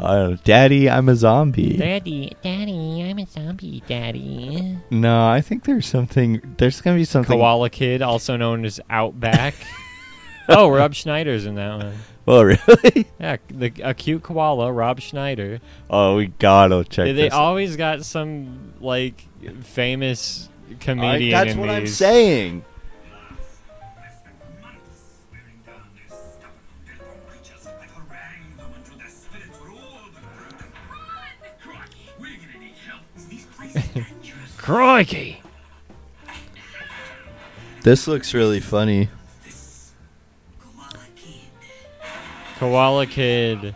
Speaker 2: Uh, Daddy, I'm a zombie.
Speaker 3: Daddy, daddy, I'm a zombie, daddy.
Speaker 2: No, I think there's something. There's gonna be something.
Speaker 1: Koala Kid, also known as Outback. oh, Rob Schneider's in that one.
Speaker 2: Oh, really?
Speaker 1: Yeah, the, a cute koala, Rob Schneider.
Speaker 2: Oh, we gotta check
Speaker 1: They,
Speaker 2: this. out.
Speaker 1: always got some like famous comedian.
Speaker 2: that's
Speaker 1: in
Speaker 2: what I'm
Speaker 1: these.
Speaker 2: saying.
Speaker 1: Crikey!
Speaker 2: This looks really funny.
Speaker 1: Koala Kid.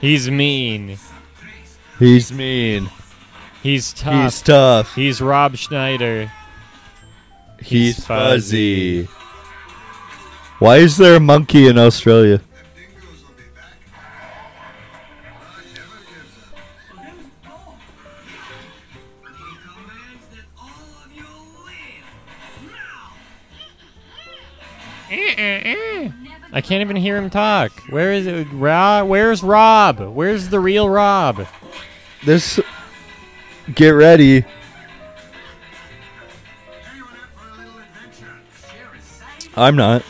Speaker 1: He's mean.
Speaker 2: He's mean.
Speaker 1: He's tough.
Speaker 2: He's tough.
Speaker 1: He's Rob Schneider.
Speaker 2: He's,
Speaker 1: He's
Speaker 2: fuzzy. Why is there a monkey in Australia?
Speaker 1: I can't even hear him talk. Where is it? Ra- where's Rob? Where's the real Rob?
Speaker 9: This. Get ready.
Speaker 2: I'm not.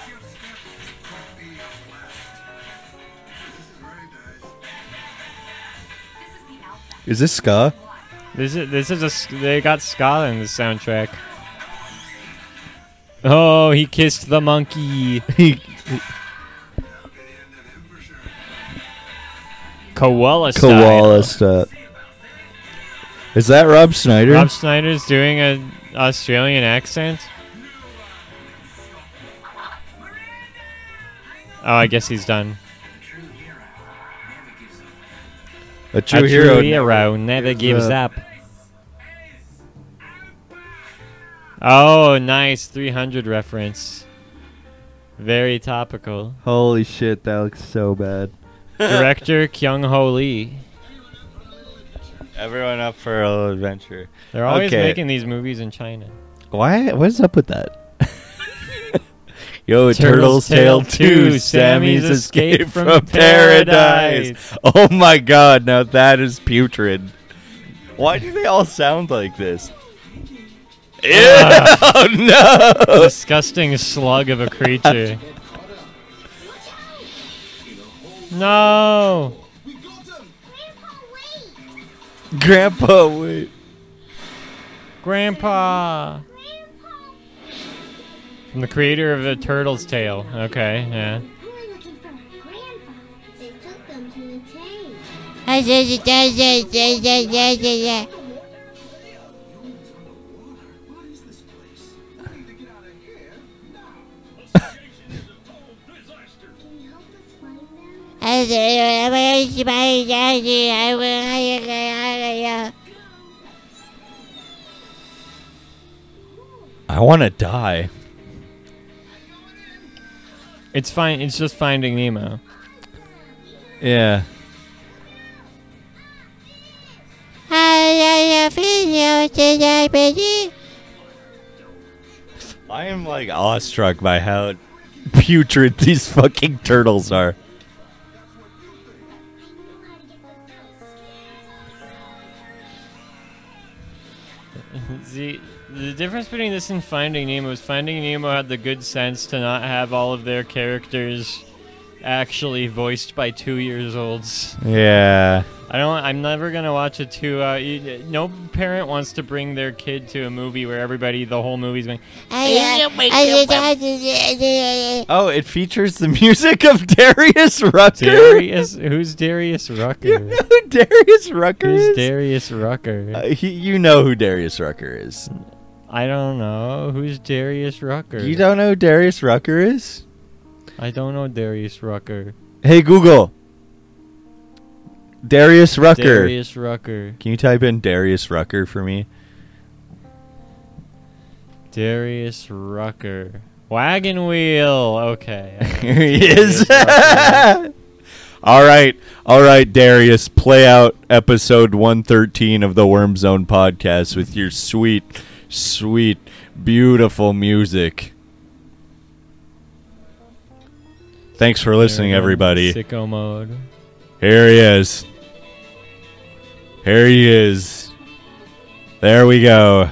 Speaker 9: Is this ska?
Speaker 1: This is this is a s- they got Scott in the soundtrack. Oh, he kissed the monkey. Koala style.
Speaker 9: Koala stuff. Is that Rob Snyder?
Speaker 1: Rob Snyder's doing an Australian accent. Oh, I guess he's done.
Speaker 9: a true
Speaker 1: a
Speaker 9: hero.
Speaker 1: true hero never gives
Speaker 9: gives
Speaker 1: up. Oh, nice 300 reference. Very topical.
Speaker 9: Holy shit, that looks so bad.
Speaker 1: Director Kyung Ho Lee.
Speaker 2: Everyone up for a little adventure.
Speaker 1: They're always
Speaker 2: Okay.
Speaker 1: making these movies in China.
Speaker 9: Why? What is up with that?
Speaker 2: Yo,
Speaker 1: Turtle's
Speaker 2: Turtle's,
Speaker 1: Tale
Speaker 2: Tale
Speaker 1: 2,
Speaker 2: 2,
Speaker 1: Sammy's
Speaker 2: Sammy's
Speaker 1: Escape
Speaker 2: Escape
Speaker 1: from
Speaker 2: from Paradise. Oh my god, now that is putrid. Why do they all sound like this? Ew, Oh, no!
Speaker 1: Disgusting slug of a creature. no!
Speaker 2: Grandpa, wait.
Speaker 1: Grandpa! From the creator of The Turtle's Tale. Okay, yeah.
Speaker 2: I want to die.
Speaker 1: It's fine. It's just Finding Nemo.
Speaker 2: Yeah. I am like awestruck by how putrid these fucking turtles are.
Speaker 1: The the difference between this and Finding Nemo is Finding Nemo had the good sense to not have all of their characters actually voiced by two years olds.
Speaker 2: Yeah.
Speaker 1: I don't. I'm never gonna watch a two. Uh, you, no parent wants to bring their kid to a movie where everybody, the whole movie's going.
Speaker 2: Oh, it features the music of Darius Rucker.
Speaker 1: Darius, who's Darius Rucker?
Speaker 2: who Darius Rucker
Speaker 1: who's
Speaker 2: is?
Speaker 1: Darius Rucker?
Speaker 2: Uh, he, you know who Darius Rucker is.
Speaker 1: I don't know. Who's Darius Rucker?
Speaker 2: You don't know who Darius Rucker is?
Speaker 1: I don't know Darius Rucker.
Speaker 2: Hey Google. Darius Rucker.
Speaker 1: Darius Rucker.
Speaker 2: Can you type in Darius Rucker for me?
Speaker 1: Darius Rucker. Wagon wheel. Okay.
Speaker 2: Here he is.
Speaker 1: Darius
Speaker 2: all right. All right, Darius. Play out episode 113 of the Worm Zone podcast with your sweet, sweet, beautiful music. Thanks for listening,
Speaker 1: They're in
Speaker 2: everybody.
Speaker 1: Sicko mode.
Speaker 2: Here he is. Here he is. There we go.